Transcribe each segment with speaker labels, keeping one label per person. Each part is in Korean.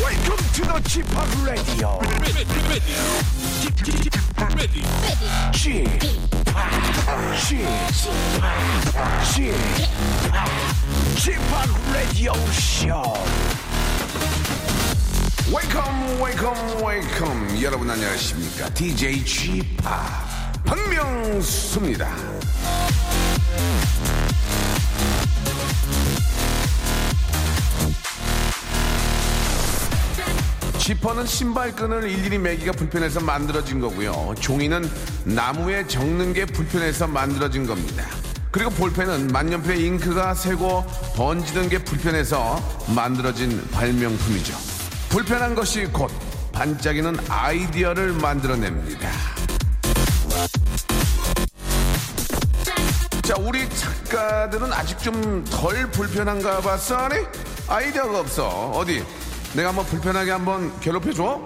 Speaker 1: welcome to the Chip Radio. Chip, Chip, Chip, Chip Radio Show.
Speaker 2: 웨이컴 웨이컴 웨이컴 여러분 안녕하십니까 DJ g 파 박명수입니다 지퍼는 신발끈을 일일이 매기가 불편해서 만들어진 거고요. 종이는 나무에 적는 게 불편해서 만들어진 겁니다. 그리고 볼펜은 만년필에 잉크가 새고 번지는 게 불편해서 만들어진 발명품이죠. 불편한 것이 곧 반짝이는 아이디어를 만들어냅니다. 자, 우리 작가들은 아직 좀 덜 불편한가 봐, 써니? 아이디어가 없어. 어디? 내가 한번 불편하게 한번 괴롭혀줘?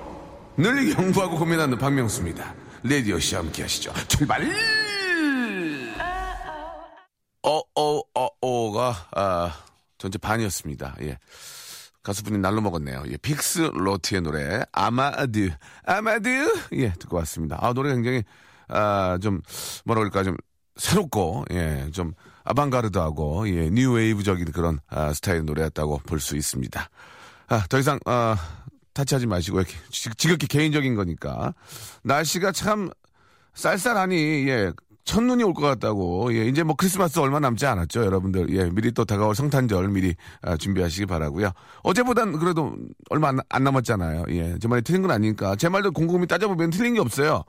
Speaker 2: 늘 연구하고 고민하는 박명수입니다. 레디오 씨와 함께 하시죠. 출발! 어, 어, 어, 어가, 아, 전체 반이었습니다. 예. 가수분이 날로 먹었네요. 예, 픽스 로트의 노래 아마드 아마드 예 듣고 왔습니다. 아 노래 굉장히 아좀 뭐라 그럴까 좀 새롭고 예좀 아방가르드하고 예 뉴웨이브적인 그런 아, 스타일의 노래였다고 볼 수 있습니다. 아더 이상 아 타치하지 마시고 이렇게 지- 지극히 개인적인 거니까 날씨가 참 쌀쌀하니 예 첫눈이 올 것 같다고 예 이제 뭐 크리스마스 얼마 남지 않았죠 여러분들 예 미리 또 다가올 성탄절 미리 아, 준비하시기 바라고요 어제보단 그래도 얼마 안, 안 남았잖아요 예제 말이 틀린 건 아니니까 제 말도 곰곰이 따져보면 틀린 게 없어요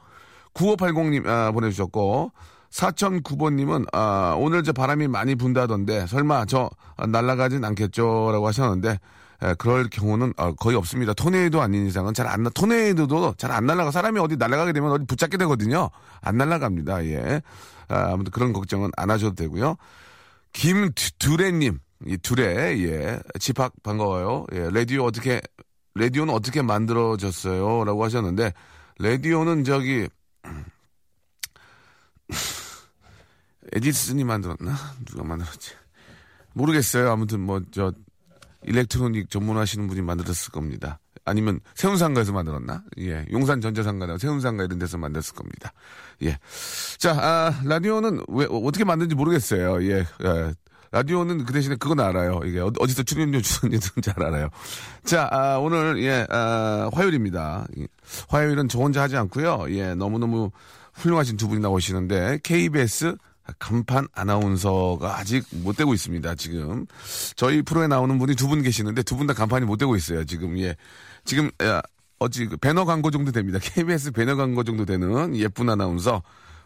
Speaker 2: 9580님 아, 보내주셨고 4009번님은 아, 오늘 저 바람이 많이 분다던데 설마 저 아, 날아가진 않겠죠라고 하셨는데 에, 예, 그럴 경우는 어, 거의 없습니다. 토네이도 아닌 이상은 잘 안 나. 토네이도도 잘 안 날아가. 사람이 어디 날아가게 되면 어디 붙잡게 되거든요. 안 날아갑니다. 예. 아, 아무튼 그런 걱정은 안 하셔도 되고요. 김두레님, 이 두레, 예. 집합 반가워요. 예. 라디오 어떻게, 라디오는 어떻게 만들어졌어요? 라고 하셨는데, 라디오는 저기, 에디슨이 만들었나? 누가 만들었지? 모르겠어요. 아무튼 뭐, 저, 일렉트로닉 전문하시는 분이 만들었을 겁니다. 아니면 세운상가에서 만들었나? 예, 용산 전자상가나 세운상가 이런 데서 만들었을 겁니다. 예, 자 아, 라디오는 왜 어, 어떻게 만든지 모르겠어요. 예, 예. 라디오는 그 대신에 그건 알아요. 이게 어- 어디서 출연료 주는지는 잘 알아요. 자, 아, 오늘 예 아, 화요일입니다. 예, 화요일은 저 혼자 하지 않고요. 예, 너무 너무 훌륭하신 두 분이 나오시는데 KBS 간판 아나운서가 아직 못 되고 있습니다. 지금 저희 프로에 나오는 분이 두 분 계시는데 두 분 다 간판이 못 되고 있어요. 지금 예, 지금 야, 어찌 그 배너 광고 정도 됩니다. KBS 배너 광고 정도 되는 예쁜 아나운서.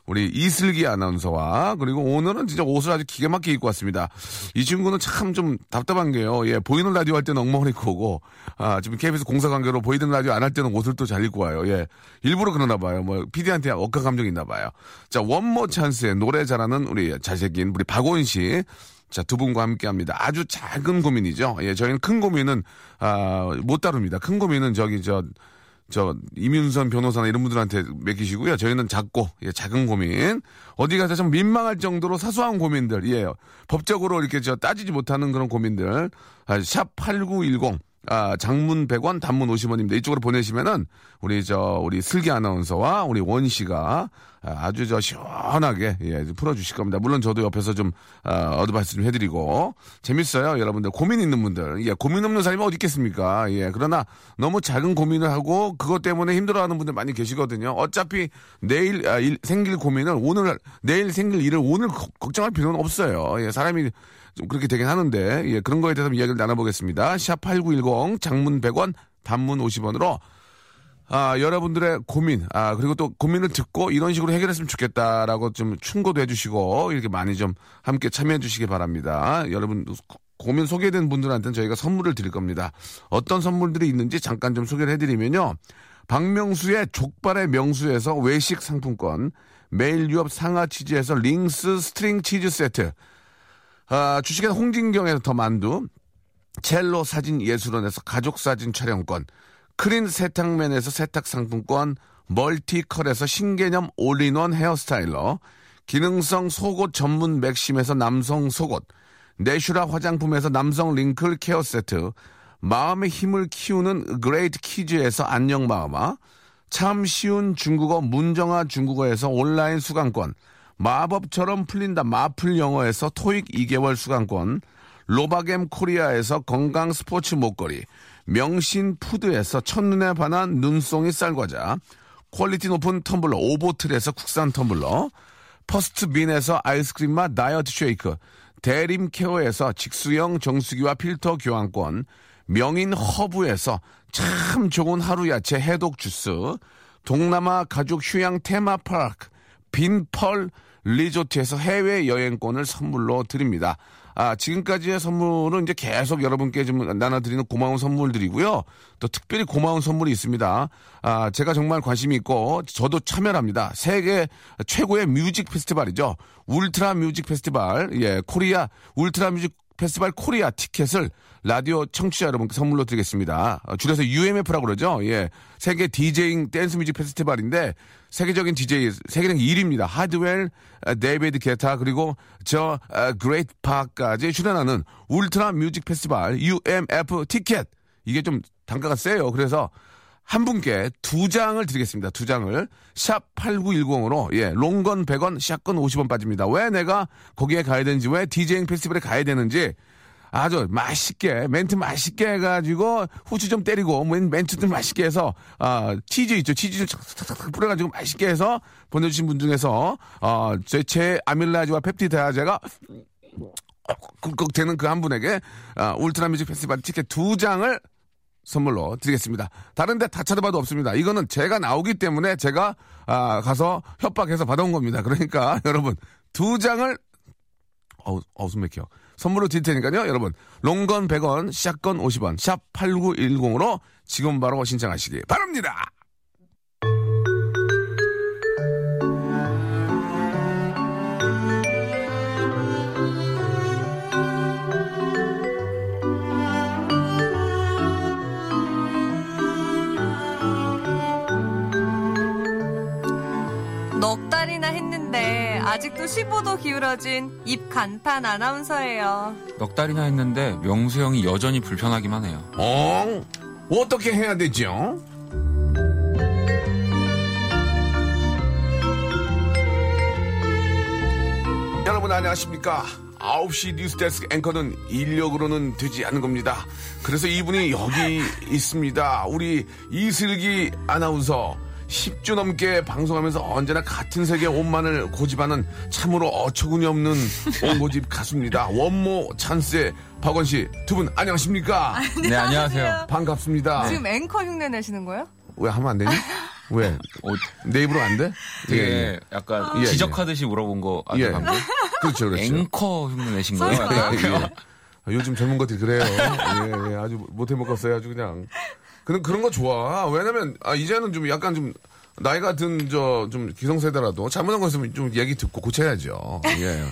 Speaker 2: 우리 이슬기 아나운서와 그리고 오늘은 진짜 옷을 아주 기가 막히게 입고 왔습니다. 이 친구는 참 좀 답답한 게요. 예, 보이는 라디오 할 때는 엉망을 입고 오고, 아, 지금 KBS 공사 관계로 보이는 라디오 안 할 때는 옷을 또 잘 입고 와요. 예. 일부러 그러나 봐요. 뭐, PD한테 억까 감정이 있나 봐요. 자, 원모 찬스의 노래 잘하는 우리 잘생긴 우리 박원 씨. 자, 두 분과 함께 합니다. 아주 작은 고민이죠. 예, 저희는 큰 고민은, 아, 못 다룹니다. 큰 고민은 저기, 저, 저, 이민선 변호사나 이런 분들한테 맡기시고요. 저희는 작고, 예, 작은 고민. 어디 가서 좀 민망할 정도로 사소한 고민들, 예. 법적으로 이렇게 저 따지지 못하는 그런 고민들. 아, 샵8910. 아, 장문 100원, 단문 50원입니다. 이쪽으로 보내시면은, 우리 저, 우리 슬기 아나운서와 우리 원 씨가 아, 아주 저 시원하게, 예, 풀어주실 겁니다. 물론 저도 옆에서 좀, 아, 어드바이스 좀 해드리고. 재밌어요. 여러분들. 고민 있는 분들. 예, 고민 없는 사람이 어디 있겠습니까? 예, 그러나 너무 작은 고민을 하고, 그것 때문에 힘들어하는 분들 많이 계시거든요. 어차피 내일, 아, 일- 생길 고민을 오늘, 내일 생길 일을 오늘 걱- 걱정할 필요는 없어요. 예, 사람이 좀 그렇게 되긴 하는데 예, 그런 거에 대해서 이야기를 나눠보겠습니다. 샵 8910 장문 100원 단문 50원으로 아, 여러분들의 고민, 아, 그리고 또 고민을 듣고 이런 식으로 해결했으면 좋겠다라고 좀 충고도 해주시고, 이렇게 많이 좀 함께 참여해 주시기 바랍니다. 여러분, 고- 고민 소개된 분들한테는 저희가 선물을 드릴 겁니다. 어떤 선물들이 있는지 잠깐 좀 소개를 해드리면요. 박명수의 족발의 명수에서 외식 상품권, 매일 유업 상하 치즈에서 링스 스트링 치즈 세트, 아, 주식회사 홍진경에서 더 만두, 첼로 사진 예술원에서 가족 사진 촬영권, 크린 세탁면에서 세탁 상품권, 멀티컬에서 신개념 올인원 헤어스타일러, 기능성 속옷 전문 맥심에서 남성 속옷, 내슈라 화장품에서 남성 링클 케어 세트, 마음의 힘을 키우는 그레이트 키즈에서 안녕 마음아, 참 쉬운 중국어 문정아 중국어에서 온라인 수강권, 마법처럼 풀린다 마플 영어에서 토익 2개월 수강권, 로바겜 코리아에서 건강 스포츠 목걸이, 명신 푸드에서 첫눈에 반한 눈송이 쌀과자, 퀄리티 높은 텀블러 오보틀에서 국산 텀블러, 퍼스트빈에서 아이스크림 맛 다이어트 쉐이크, 대림케어에서 직수형 정수기와 필터 교환권, 명인 허브에서 참 좋은 하루 야채 해독 주스, 동남아 가족 휴양 테마파크 빈펄 리조트에서 해외 여행권을 선물로 드립니다. 아, 지금까지의 선물은 이제 계속 여러분께 좀 나눠드리는 고마운 선물들이고요. 또 특별히 고마운 선물이 있습니다. 아, 제가 정말 관심이 있고 저도 참여를 합니다. 세계 최고의 뮤직 페스티벌이죠. 울트라 뮤직 페스티벌. 예, 코리아 울트라 뮤직 페스티벌 코리아 티켓을 라디오 청취자 여러분께 선물로 드리겠습니다. 어, 줄여서 UMF라고 그러죠. 예. 세계 디제잉 댄스 뮤직 페스티벌인데 세계적인 DJ 세계적인 1위입니다. 하드웰, 아, 데이비드 게타 그리고 저 아, 그레이트 파까지 출연하는 울트라 뮤직 페스티벌 UMF 티켓 이게 좀 단가가 세요. 그래서 한 분께 두 장을 드리겠습니다. 두 장을 샵 8910으로 예, 롱건 100원, 샷건 50원 빠집니다. 왜 내가 거기에 가야 되는지, 왜 디제잉 페스티벌에 가야 되는지 아주 맛있게 멘트 맛있게 해가지고 후추 좀 때리고 멘- 멘트 좀 맛있게 해서 아 치즈 있죠 치즈 좀 착착착 뿌려가지고 맛있게 해서 보내주신 분 중에서 어제제 아밀라제와 펩티다제가 꿀꺽 되는 그 한 분에게 아, 울트라 뮤직 페스티벌 티켓 두 장을 선물로 드리겠습니다. 다른데 다 찾아봐도 없습니다. 이거는 제가 나오기 때문에 제가 아, 가서 협박해서 받아온 겁니다. 그러니까 여러분 두 장을 어우, 어우 숨 막혀. 선물로 드릴 테니까요. 여러분 롱건 100원, 샷건 50원, 샵 8910으로 지금 바로 신청하시기 바랍니다.
Speaker 3: 넉 달이나 했는데 아직도 15도 기울어진 입 간판 아나운서예요.
Speaker 4: 넉 달이나 했는데 명수 형이 여전히 불편하기만 해요.
Speaker 2: 어? 어떻게 해야 되죠? 여러분 안녕하십니까? 9시 뉴스데스크 앵커는 인력으로는 되지 않은 겁니다. 그래서 이분이 여기 있습니다. 우리 이슬기 아나운서. 10주 넘게 방송하면서 언제나 같은 세계 옷만을 고집하는 참으로 어처구니 없는 옷 고집 가수입니다. 원모 찬스의 박원 씨, 두 분 안녕하십니까?
Speaker 4: 네, 안녕하세요.
Speaker 2: 반갑습니다.
Speaker 3: 지금 앵커 흉내 내시는 거예요?
Speaker 2: 왜 하면 안 되니? 왜?
Speaker 4: 어,
Speaker 2: 내 입으로 안 돼?
Speaker 4: 되게
Speaker 2: 예,
Speaker 4: 약간
Speaker 2: 예, 예.
Speaker 4: 지적하듯이 물어본 거
Speaker 2: 예.
Speaker 4: 아니에요?
Speaker 2: 예.
Speaker 4: 방금?
Speaker 2: 그렇죠, 그렇죠.
Speaker 4: 앵커 흉내 내신 거예요?
Speaker 3: 설마.
Speaker 4: 약간?
Speaker 2: 예, 예. 아, 요즘 젊은 것들이 그래요. 예, 예, 아주 못해 먹었어요. 아주 그냥. 근데 그런 거 좋아. 왜냐면, 아, 이제는 좀 약간 좀, 나이가 든, 저, 좀, 기성세대라도 잘못한 거 있으면 좀 얘기 듣고 고쳐야죠. 예.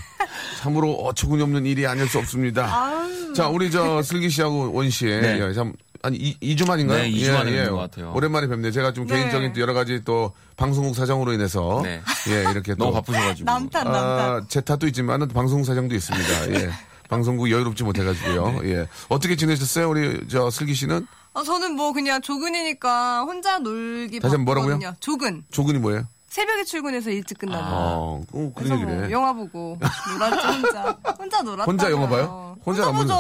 Speaker 2: 참으로 어처구니 없는 일이 아닐 수 없습니다. 자, 우리 저, 슬기 씨하고 원 씨.
Speaker 4: 네.
Speaker 2: 예, 참, 한 이, 이주 만인가요? 예,
Speaker 4: 네, 이주 만에 뵙는 것 같아요.
Speaker 2: 오랜만에 뵙네요. 제가 좀
Speaker 3: 네.
Speaker 2: 개인적인 또 여러 가지 또, 방송국 사정으로 인해서.
Speaker 4: 네.
Speaker 2: 예, 이렇게 또.
Speaker 4: 너무 바쁘셔가지고.
Speaker 3: 남탄 남탄.
Speaker 2: 아, 제 탓도 있지만 방송 사정도 있습니다. 예. 방송국 여유롭지 못해가지고요.
Speaker 3: 네.
Speaker 2: 예. 어떻게 지내셨어요, 우리 저 슬기 씨는?
Speaker 3: 어, 저는 뭐 그냥 조근이니까 혼자 놀기
Speaker 2: 다시 한번 뭐라고요?
Speaker 3: 바쁘거든요. 조근.
Speaker 2: 조근이 뭐예요?
Speaker 3: 새벽에 출근해서 일찍 끝나고.
Speaker 2: 어, 어 그런
Speaker 3: 아, 그래서
Speaker 2: 얘기를
Speaker 3: 뭐
Speaker 2: 해.
Speaker 3: 영화 보고 놀았죠 혼자. 혼자 놀았다.
Speaker 2: 혼자 영화 봐요? 혼자
Speaker 3: 혼자,
Speaker 2: 안
Speaker 3: 보죠.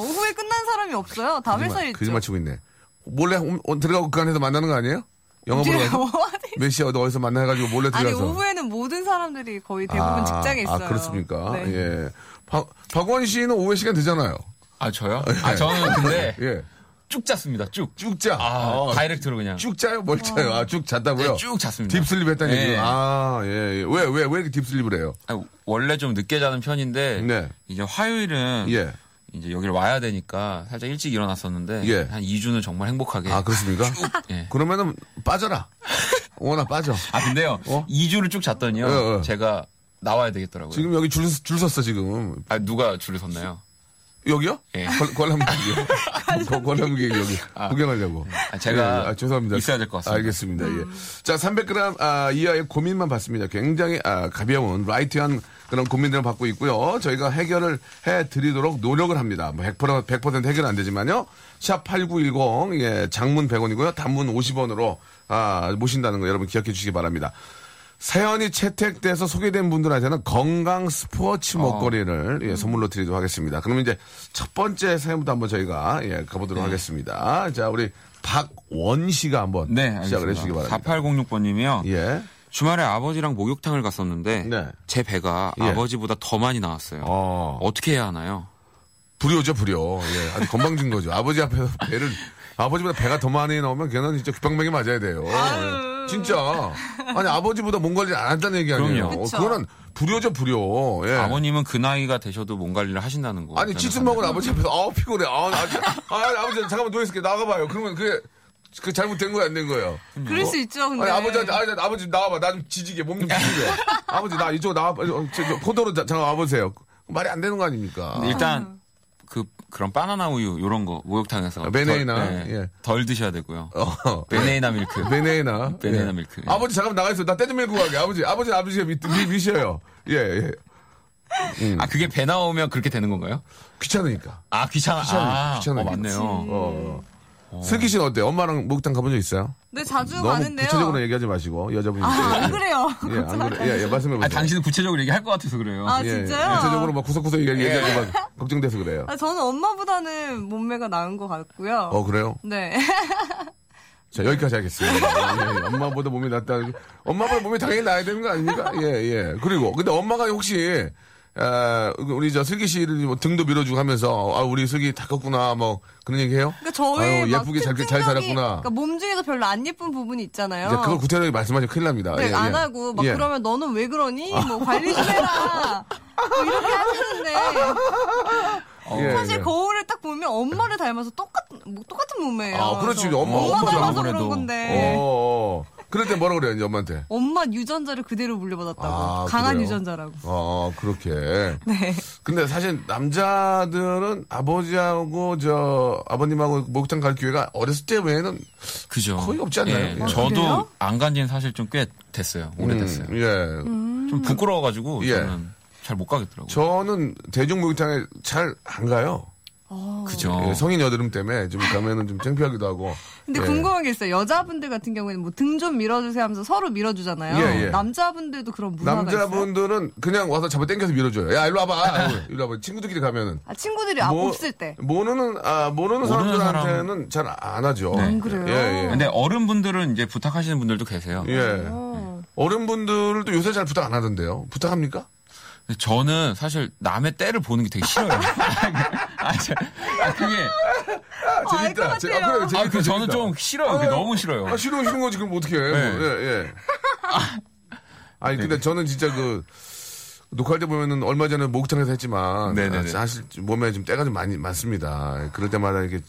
Speaker 3: 오후에 끝난 사람이 없어요. 다 회사
Speaker 2: 그짓말-
Speaker 3: 일죠.
Speaker 2: 그짓말 치고 있네. 몰래 홈- 온- 들어가고 그 안에서 만나는 거 아니에요? 영화 보러 가서? 몇 시에 어디- 어디서 만나가지고 몰래
Speaker 3: 아니
Speaker 2: 들어가서.
Speaker 3: 오후에는 모든 사람들이 거의 대부분
Speaker 2: 아,
Speaker 3: 직장에 있어요.
Speaker 2: 아, 그렇습니까?
Speaker 3: 네.
Speaker 2: 예. 박, 박원 씨는 오후에 시간 되잖아요.
Speaker 4: 아, 저요? 아, 저는 근데
Speaker 2: 예.
Speaker 4: 쭉 잤습니다, 쭉.
Speaker 2: 쭉 자.
Speaker 4: 아,
Speaker 2: 아,
Speaker 4: 다이렉트로 그냥.
Speaker 2: 쭉 자요? 뭘 자요? 아, 쭉 잤다고요?
Speaker 4: 네, 쭉 잤습니다.
Speaker 2: 딥슬립 했다는
Speaker 4: 네.
Speaker 2: 얘기. 아, 예, 예. 왜, 왜, 왜 이렇게 딥슬립을 해요?
Speaker 4: 아, 원래 좀 늦게 자는 편인데,
Speaker 2: 네.
Speaker 4: 이제 화요일은
Speaker 2: 예.
Speaker 4: 이제 여기를 와야 되니까 살짝 일찍 일어났었는데,
Speaker 2: 예.
Speaker 4: 한 2주는 정말 행복하게.
Speaker 2: 아 그렇습니까?
Speaker 4: 예.
Speaker 2: 그러면은 빠져라. 워낙 빠져.
Speaker 4: 아, 근데요.
Speaker 2: 어?
Speaker 4: 2주를 쭉 잤더니요.
Speaker 2: 예, 예.
Speaker 4: 제가 나와야 되겠더라고요.
Speaker 2: 지금 여기 줄, 줄 섰어 지금.
Speaker 4: 아, 누가 줄을 섰나요?
Speaker 2: 여기요?
Speaker 4: 예.
Speaker 2: 관- 관람객이요. 관- 관람객 여기 구경하려고.
Speaker 4: 아, 제가
Speaker 2: 예, 아, 죄송합니다.
Speaker 4: 있어야 될것 같습니다.
Speaker 2: 알겠습니다. 예. 자, 300g 아, 이하의 고민만 받습니다. 굉장히 아, 가벼운 라이트한 그런 고민들을 받고 있고요. 저희가 해결을 해 드리도록 노력을 합니다. 뭐 100%, 100% 해결 안 되지만요. 샵 8910 예, 장문 100원이고요. 단문 50원으로 아, 모신다는 거 여러분 기억해 주시기 바랍니다. 사연이 채택돼서 소개된 분들한테는 건강 스포츠 먹거리를 예, 선물로 드리도록 하겠습니다. 그러면 이제 첫 번째 사연부터 한번 저희가 예, 가보도록 하겠습니다. 자, 우리 박원 씨가 한번
Speaker 4: 네, 알겠습니다.
Speaker 2: 시작을 해주시기 바랍니다.
Speaker 4: 4806번님이요.
Speaker 2: 예.
Speaker 4: 주말에 아버지랑 목욕탕을 갔었는데
Speaker 2: 네.
Speaker 4: 제 배가
Speaker 2: 예.
Speaker 4: 아버지보다 더 많이 나왔어요.
Speaker 2: 어.
Speaker 4: 어떻게 해야 하나요?
Speaker 2: 불효죠, 불효. 예. 아주 건방진 거죠. 아버지 앞에서 배를, 아버지보다 배가 더 많이 나오면 걔는 진짜 귓방망이 맞아야 돼요. 예. 진짜. 아니, 아버지보다 몸 관리를 안 한다는 얘기 아니에요.
Speaker 4: 그럼요.
Speaker 2: 어,
Speaker 3: 그쵸.
Speaker 2: 그거는 불효죠, 불효. 예.
Speaker 4: 아버님은 그 나이가 되셔도 몸 관리를 하신다는 거.
Speaker 2: 아니 치즈 먹은 아버지 앞에서 아우 피곤해 아우 아버지 아, 아버지 잠깐만 누워 있을게 나가봐요 그러면 그게 그 잘못된 거야 안 된 거예요
Speaker 3: 그럴 수 있죠, 근데.
Speaker 2: 뭐? 아니 아버지한테 아니, 아버지 나와봐 나 좀 지지게 몸 좀 지지게 아버지 나 이쪽 나와봐 어, 저, 저, 포도로 자- 잠깐 와보세요 말이 안 되는 거 아닙니까
Speaker 4: 일단 그 그런 바나나 우유 이런 거 목욕탕에서
Speaker 2: 아, 베네이나,
Speaker 4: 덜, 네,
Speaker 2: 예.
Speaker 4: 덜 드셔야 되고요.
Speaker 2: 어.
Speaker 4: 베네이나 밀크.
Speaker 2: 베네나
Speaker 4: 베네나 밀크, 예.
Speaker 2: 아버지 잠깐 나가 있어 나 떼 좀 밀고 가게 아버지 아버지 아버지가 미, 미, 미셔요 예 예.
Speaker 4: 아 그게 배 나오면 그렇게 되는 건가요?
Speaker 2: 귀찮으니까
Speaker 4: 아 귀찮아.
Speaker 2: 귀찮아요,
Speaker 4: 아,
Speaker 2: 귀찮아요.
Speaker 4: 어,
Speaker 3: 음.
Speaker 4: 맞네요.
Speaker 2: 어.
Speaker 4: 음.
Speaker 2: 슬기 씨는 어때요 엄마랑 목욕탕 가본 적 있어요
Speaker 3: 네, 자주
Speaker 2: 너무
Speaker 3: 가는데요.
Speaker 2: 구체적으로 얘기하지 마시고 여자분이
Speaker 3: 아, 안 그래요.
Speaker 2: 예, 안 그래. 예, 예, 말씀해 보세요.
Speaker 4: 아 당신은 구체적으로 얘기할 것 같아서 그래요.
Speaker 3: 아,
Speaker 2: 예,
Speaker 3: 진짜요?
Speaker 2: 구체적으로 막 구석구석 얘기,
Speaker 4: 예.
Speaker 2: 얘기하고 막 걱정돼서 그래요.
Speaker 3: 아, 저는 엄마보다는 몸매가 나은 것 같고요.
Speaker 2: 네. 어, 그래요?
Speaker 3: 네.
Speaker 2: 자, 여기까지 하겠습니다. 예, 예. 엄마보다 몸이 낫다. 엄마보다 몸이 당연히 나야 되는 거 아닙니까? 예, 예. 그리고, 근데 엄마가 혹시, 아, 우리 저 슬기 씨를 뭐 등도 밀어주고 하면서, 아, 우리 슬기 다 컸구나, 뭐, 그런 얘기 해요?
Speaker 3: 그러니까 저희
Speaker 2: 아유,
Speaker 3: 막
Speaker 2: 예쁘게 잘- 잘
Speaker 3: 특징적인-
Speaker 2: 살았구나.
Speaker 3: 그러니까 몸 중에서 별로 안 예쁜 부분이 있잖아요.
Speaker 2: 이제 그걸 구체적으로 말씀하시면 큰일 납니다.
Speaker 3: 네,
Speaker 2: 예, 예.
Speaker 3: 안 하고 막
Speaker 2: 예. 아.
Speaker 3: 그러면 너는 왜 그러니? 뭐 관리 좀 해라. 뭐 이렇게 하시는데
Speaker 2: 예,
Speaker 3: 사실
Speaker 2: 예.
Speaker 3: 거울을 딱 보면 엄마를 닮아서 똑같은 뭐 똑같은 몸매예요.
Speaker 2: 아, 그렇지.
Speaker 3: 그래서
Speaker 2: 엄마,
Speaker 3: 엄마
Speaker 2: 엄마죠,
Speaker 3: 닮아서
Speaker 4: 아무래도.
Speaker 3: 그런 건데
Speaker 2: 어, 어. 그럴 때 뭐라 그래요, 이제 엄마한테?
Speaker 3: 엄마 유전자를 그대로 물려받았다고
Speaker 2: 아,
Speaker 3: 강한
Speaker 2: 그래요?
Speaker 3: 유전자라고.
Speaker 2: 어, 그렇게.
Speaker 3: 네.
Speaker 2: 근데 사실 남자들은 아버지하고 저 아버님하고 목욕탕 갈 기회가 어렸을 때 외에는
Speaker 4: 그죠.
Speaker 2: 거의 없지 않나요?
Speaker 4: 예,
Speaker 2: 아,
Speaker 3: 그래요?
Speaker 4: 저도 안 간 지는 사실 좀 꽤 됐어요. 오래됐어요.
Speaker 2: 음, 예.
Speaker 4: 좀 부끄러워가지고
Speaker 2: 예.
Speaker 4: 저는 잘 못 가겠더라고요.
Speaker 2: 저는 대중 목욕탕에 잘 안 가요.
Speaker 4: 그죠.
Speaker 2: 예, 성인 여드름 때문에 좀 가면은 좀 창피하기도 하고.
Speaker 3: 근데
Speaker 2: 예.
Speaker 3: 궁금한 게 있어요. 여자분들 같은 경우에는 뭐 등 좀 밀어주세요 하면서 서로 밀어주잖아요.
Speaker 2: 예, 예.
Speaker 3: 남자분들도 그런 문화가 있어요.
Speaker 2: 남자분들은 그냥 와서 잡아 당겨서 밀어줘요. 야, 일로 와봐. 아이고, 일로 와봐. 친구들끼리 가면은.
Speaker 3: 아, 친구들이 아,
Speaker 2: 모-
Speaker 3: 없을 때.
Speaker 2: 모르는, 아, 모르는,
Speaker 4: 모르는
Speaker 2: 사람들한테는 잘 안 하죠.
Speaker 4: 안
Speaker 3: 그래요?
Speaker 2: 예,
Speaker 4: 근데 어른분들은 이제 부탁하시는 분들도 계세요.
Speaker 2: 예. 예.
Speaker 3: 어.
Speaker 2: 어른분들을 또 요새 잘 부탁 안 하던데요. 부탁합니까?
Speaker 4: 근데 저는 사실 남의 때를 보는 게 되게 싫어요. 아, 저- 아, 그게.
Speaker 3: 어, 알것
Speaker 2: 제-
Speaker 3: 같아요.
Speaker 2: 아, 그래요.
Speaker 4: 아, 그
Speaker 2: 아, 재밌다,
Speaker 4: 저는
Speaker 2: 재밌다.
Speaker 4: 좀 싫어요. 그게 너무 싫어요.
Speaker 2: 아, 싫어, 싫은 거지, 그럼 어떻게 해.
Speaker 4: 네.
Speaker 2: 예, 예. 아니, 근데 저는 진짜 그, 녹화할 때 보면은 얼마 전에 목욕탕에서 했지만,
Speaker 4: 네, 네,
Speaker 2: 아,
Speaker 4: 네.
Speaker 2: 사실 몸에 좀 때가 좀 많이, 많습니다. 그럴 때마다 이렇게,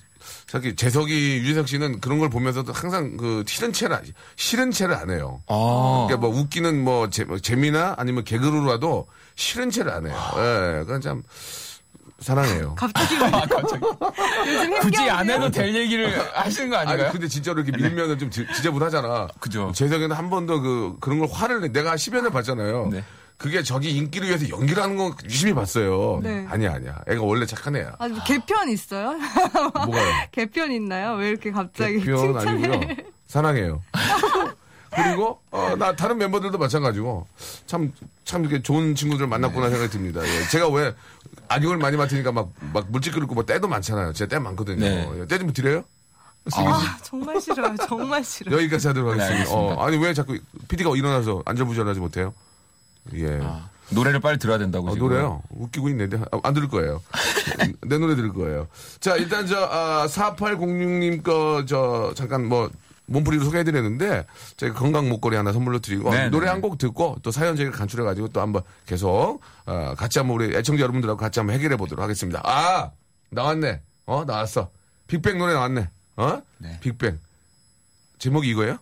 Speaker 2: 특히 재석이, 유재석 씨는 그런 걸 보면서도 항상 그, 싫은 채를, 안- 싫은 채를 안 해요.
Speaker 4: 아,
Speaker 2: 그러니까 뭐 웃기는 뭐 재, 미나 아니면 개그로라도 싫은 채를 안 해요. 예, 그건 참,
Speaker 4: 아,
Speaker 2: 사랑해요.
Speaker 3: 갑자기 왜- 요즘
Speaker 4: 굳이
Speaker 3: 힘겨운데요?
Speaker 4: 안 해도 될 얘기를 하시는 거 아닌가요?
Speaker 2: 아니 그- 근데 진짜로
Speaker 4: 네.
Speaker 2: 이렇게 밀면은 좀 지- 지저분하잖아.
Speaker 4: 그죠.
Speaker 2: 재석이는 어. 한 번도 그 그런 걸 화를 내. 내가 10연을 봤잖아요.
Speaker 4: 네.
Speaker 2: 그게 저기 인기를 위해서 연기를 하는 건 유심히 봤어요.
Speaker 3: 네.
Speaker 2: 아니야 아니야. 애가 원래 착한 애야.
Speaker 3: 아, 뭐 개편 있어요?
Speaker 2: 뭐가요?
Speaker 3: 개편 있나요? 왜 이렇게 갑자기
Speaker 2: 개편
Speaker 3: 칭찬을?
Speaker 2: 아니고요. 사랑해요. 그리고 어, 나 다른 멤버들도 마찬가지고 참 참 이렇게 좋은 친구들 만났구나
Speaker 4: 네.
Speaker 2: 생각이 듭니다. 예. 제가 왜 악역을 많이 맡으니까 막 막 물질 끓고 뭐 때도 많잖아요. 제 때 많거든요.
Speaker 4: 네.
Speaker 2: 예, 때좀 드려요?
Speaker 3: 아, 정말 싫어요. 정말 싫어요.
Speaker 2: 여기까지 하도록
Speaker 4: 네,
Speaker 2: 하겠습니다.
Speaker 4: 알겠습니다.
Speaker 2: 어, 아니 왜 자꾸 PD가 일어나서 안절부절하지 못해요? 예.
Speaker 4: 아, 노래를 빨리 들어야 된다고
Speaker 2: 어,
Speaker 4: 지금.
Speaker 2: 노래요. 웃기고 있네. 내- 아, 안 들을 거예요. 내 노래 들을 거예요. 자, 일단 저 아, 4806님 거 저 잠깐 뭐 몸풀이로 소개해드렸는데 저희 건강 목걸이 하나 선물로 드리고 아,
Speaker 4: 네,
Speaker 2: 노래
Speaker 4: 네.
Speaker 2: 한 곡 듣고 또 사연 저희가 간추려가지고 또 한번 계속 아, 같이 한번 우리 애청자 여러분들하고 같이 한번 해결해 보도록 하겠습니다. 아 나왔네. 어 나왔어. 빅뱅 노래 나왔네. 어?
Speaker 4: 네.
Speaker 2: 빅뱅. 제목이 이거예요?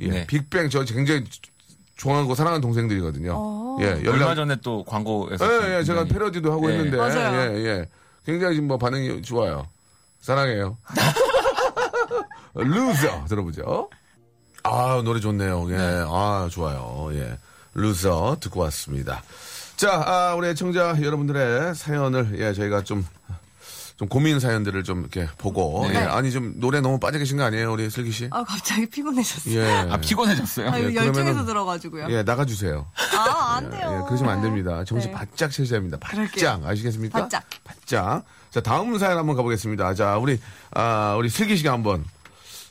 Speaker 2: 예.
Speaker 4: 네.
Speaker 2: 빅뱅 저 굉장히 좋아하고 사랑하는 동생들이거든요. 예.
Speaker 4: 얼마 전에 또 광고에서.
Speaker 2: 예, 예, 제가
Speaker 4: 굉장히-
Speaker 2: 패러디도 하고
Speaker 4: 예.
Speaker 2: 있는데.
Speaker 3: 맞아요.
Speaker 2: 예, 예. 굉장히 지금 뭐 반응이 좋아요. 사랑해요. 루저 들어보죠. 아 노래 좋네요. 예, 아 좋아요. 예, 루저 듣고 왔습니다. 자, 아, 우리 청자 여러분들의 사연을 예 저희가 좀. 좀 고민 사연들을 좀 이렇게 보고 예, 아니 좀 노래 너무 빠져 계신 거 아니에요 우리 슬기 씨?
Speaker 3: 네. 아 갑자기 피곤해졌어요.
Speaker 2: 예.
Speaker 4: 아, 피곤해졌어요.
Speaker 3: 아, 이거
Speaker 2: 예,
Speaker 3: 열중에서
Speaker 2: 그러면은-
Speaker 3: 들어가지고요.
Speaker 2: 예 나가 주세요.
Speaker 3: 아, 안 돼요.
Speaker 2: 예, 그러시면 안 됩니다. 정신
Speaker 3: 네.
Speaker 2: 바짝 차려야 합니다. 바짝
Speaker 3: 그럴게요.
Speaker 2: 아시겠습니까?
Speaker 3: 바짝.
Speaker 2: 바짝. 자 다음 사연 한번 가보겠습니다. 자 우리 아 우리 슬기 씨가 한번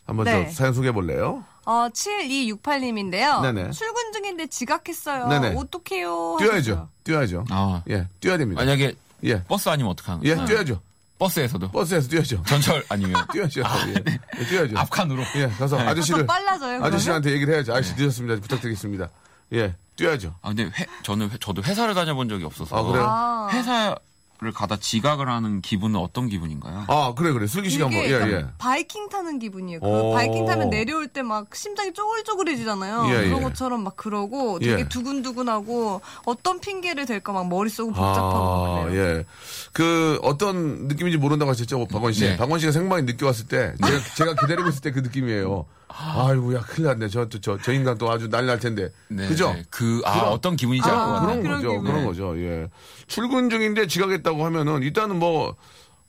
Speaker 2: 한번
Speaker 3: 네.
Speaker 2: 저 사연 소개해 볼래요?
Speaker 3: 어, 7268님인데요.
Speaker 2: 네네.
Speaker 3: 출근 중인데 지각했어요.
Speaker 2: 네네.
Speaker 3: 어떡해요?
Speaker 2: 뛰어야죠.
Speaker 3: 하셨어요.
Speaker 2: 뛰어야죠.
Speaker 4: 아.
Speaker 2: 예 뛰어야 됩니다.
Speaker 4: 만약에
Speaker 2: 예.
Speaker 4: 버스 아니면 어떡하나?
Speaker 2: 예
Speaker 4: 네.
Speaker 2: 뛰어야죠.
Speaker 4: 버스에서도.
Speaker 2: 버스에서 뛰어야죠.
Speaker 4: 전철 아니면 네. 아,
Speaker 2: 뛰어야죠. 예. 예, 뛰어야죠.
Speaker 4: 앞칸으로.
Speaker 2: 예 가서 아저씨를
Speaker 3: 더 빨라져요, 그러면?
Speaker 2: 아저씨한테 얘기를 해야죠. 아저씨
Speaker 4: 네.
Speaker 2: 늦었습니다. 부탁드리겠습니다. 예 뛰어야죠.
Speaker 4: 아 근데 회- 저는 회- 저도 회사를 다녀본 적이 없어서.
Speaker 2: 아, 그래요?
Speaker 3: 아.
Speaker 4: 회사를 가다 지각을 하는 기분은 어떤 기분인가요?
Speaker 2: 아 그래 그래 슬기 씨가 한번
Speaker 3: 이게
Speaker 2: 예
Speaker 3: 약간
Speaker 2: 예.
Speaker 3: 바이킹 타는 기분이에요. 그
Speaker 2: 오.
Speaker 3: 바이킹 타면 내려올 때 막 심장이 쪼글쪼글해지잖아요.
Speaker 2: 예,
Speaker 3: 그런
Speaker 2: 예.
Speaker 3: 것처럼 막 그러고
Speaker 2: 예.
Speaker 3: 되게 두근두근하고 어떤 핑계를 댈까 막 머릿속은 복잡하고
Speaker 2: 아,
Speaker 3: 그래요.
Speaker 2: 예. 그, 어떤 느낌인지 모른다고 하셨죠, 박원 씨?
Speaker 4: 네.
Speaker 2: 박원 씨가 생방에 늦게 왔을 때, 제가, 제가 기다리고 있을 때 그 느낌이에요. 아이고, 야, 큰일 났네. 저, 저, 저, 저 인간 또 아주 난리 날 텐데.
Speaker 4: 네,
Speaker 2: 그죠?
Speaker 4: 네. 그, 아,
Speaker 2: 그럼-
Speaker 4: 어떤 기분인지 알 것
Speaker 2: 아,
Speaker 4: 같아요.
Speaker 2: 그런
Speaker 3: 그런
Speaker 2: 거죠.
Speaker 3: 기분.
Speaker 2: 그런
Speaker 4: 네.
Speaker 2: 거죠. 예. 출근 중인데 지각했다고 하면은, 일단은 뭐,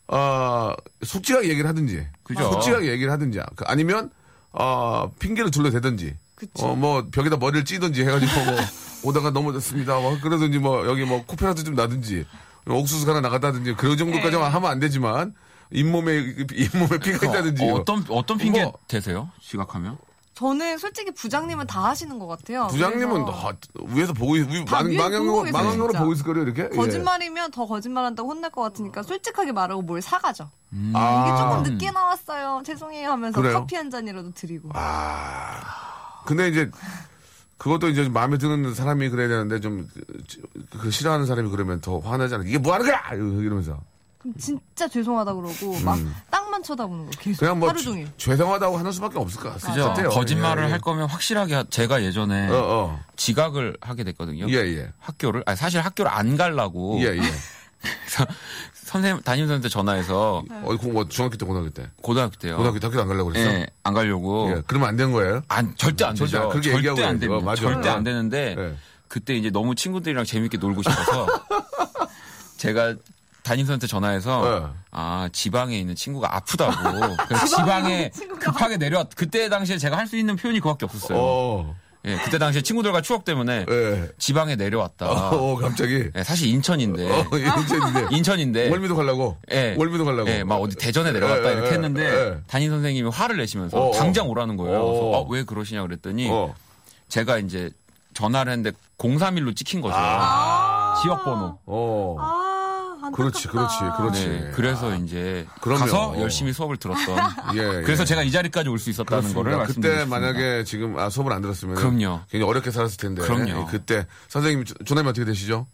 Speaker 2: 아, 솔직하게 얘기를 하든지.
Speaker 4: 그죠.
Speaker 2: 솔직하게 얘기를 하든지. 그- 아니면, 아, 핑계를 둘러대든지.
Speaker 3: 그쵸.
Speaker 2: 어, 뭐, 벽에다 머리를 찌든지 해가지고, 뭐, 오다가 넘어졌습니다. 뭐, 그러든지 뭐, 여기 뭐, 코페라도 좀 나든지, 옥수수 하나 나갔다든지, 그 정도까지
Speaker 3: 네.
Speaker 2: 하면 안 되지만, 잇몸에, 잇몸에 피가 있다든지.
Speaker 4: 어, 떤 어떤 핑계
Speaker 2: 뭐-
Speaker 4: 대세요? 지각하면?
Speaker 3: 저는 솔직히 부장님은 다 하시는 것 같아요.
Speaker 2: 부장님은,
Speaker 3: 그래서
Speaker 2: 아, 위에서 보고, 있- 위,
Speaker 3: 다
Speaker 2: 망-
Speaker 3: 위에서 보고
Speaker 2: 망원경,
Speaker 3: 계세요,
Speaker 2: 망원경으로
Speaker 3: 진짜.
Speaker 2: 보고 있을 거예요, 이렇게? 예.
Speaker 3: 거짓말이면 더 거짓말한다고 혼날 것 같으니까 솔직하게 말하고 뭘 사가죠.
Speaker 2: 아.
Speaker 3: 이게 조금 늦게 나왔어요. 죄송해요 하면서
Speaker 2: 그래요? 아.
Speaker 3: 커피 한 잔이라도 드리고.
Speaker 2: 근데 이제 그것도 이제 마음에 드는 사람이 그래야 되는데 좀 그 싫어하는 사람이 그러면 더 화나잖아. 이게 뭐 하는 거야? 이러면서
Speaker 3: 그럼 진짜 죄송하다 그러고 막 땅만 쳐다보는 거 계속
Speaker 2: 음. 그냥 뭐
Speaker 3: 하루
Speaker 2: 죄-
Speaker 3: 종일.
Speaker 2: 죄송하다고 하는 수밖에 없을 것 같아요.
Speaker 4: 그죠?
Speaker 2: 같아요.
Speaker 4: 거짓말을
Speaker 2: 예, 예.
Speaker 4: 할 거면 확실하게 하- 제가 예전에
Speaker 2: 어, 어.
Speaker 4: 지각을 하게 됐거든요.
Speaker 2: 예, 예.
Speaker 4: 학교를 아니, 사실 학교를 안 가려고
Speaker 2: 예, 예.
Speaker 4: 그래서 선생님 담임 선생한테 전화해서
Speaker 2: 어, 고, 뭐 중학교 때 고등학교 때.
Speaker 4: 고등학교 때요.
Speaker 2: 고등학교 때 학교 안 가려고 그랬어?
Speaker 4: 어. 예, 안 가려고.
Speaker 2: 예. 그러면 안 된 거예요?
Speaker 4: 안 절대 안
Speaker 2: 절대
Speaker 4: 되죠.
Speaker 2: 안- 그렇게
Speaker 4: 절대
Speaker 2: 얘기하고 그래요.
Speaker 4: 안 됩니다.
Speaker 2: 맞아요.
Speaker 4: 절대 안 되는데
Speaker 2: 예.
Speaker 4: 그때 이제 너무 친구들이랑 재밌게 놀고 싶어서 제가 담임선한테 전화해서
Speaker 2: 예.
Speaker 4: 아 지방에 있는 친구가 아프다고 그래서 지방에 급하게 내려왔 그때 당시에 제가 할 수 있는 표현이 그밖에 없었어요.
Speaker 2: 어.
Speaker 4: 예, 그때 당시에 친구들과 추억 때문에
Speaker 2: 예.
Speaker 4: 지방에 내려왔다.
Speaker 2: 어, 갑자기.
Speaker 4: 아. 예, 사실 인천인데
Speaker 2: 어, 인천인데.
Speaker 4: 인천인데
Speaker 2: 월미도 가려고?
Speaker 4: 예.
Speaker 2: 월미도 가려고?
Speaker 4: 예, 막 어디 대전에 내려갔다
Speaker 2: 예,
Speaker 4: 이렇게
Speaker 2: 예,
Speaker 4: 했는데
Speaker 2: 예.
Speaker 4: 담임 선생님이 화를 내시면서
Speaker 2: 어, 어.
Speaker 4: 당장 오라는 거예요.
Speaker 2: 어.
Speaker 4: 그래서 아, 왜 그러시냐 그랬더니
Speaker 2: 어.
Speaker 4: 제가 이제 전화를 했는데 031로 찍힌 거죠.
Speaker 2: 아.
Speaker 4: 지역 번호.
Speaker 2: 어.
Speaker 3: 아, 안타깝다.
Speaker 2: 그렇지, 그렇지, 그렇지. 아.
Speaker 4: 네. 그래서 이제
Speaker 2: 그럼요.
Speaker 4: 가서 열심히 수업을 들었던.
Speaker 2: 예, 예.
Speaker 4: 그래서 제가 이 자리까지 올 수 있었다는 거를
Speaker 2: 그렇습니다. 그때
Speaker 4: 말씀드리겠습니다.
Speaker 2: 만약에 지금 아, 수업을 안 들었으면
Speaker 4: 그럼요.
Speaker 2: 굉장히 어렵게 살았을 텐데
Speaker 4: 그럼요.
Speaker 2: 예, 그때 선생님 조- 조남이 어떻게 되시죠?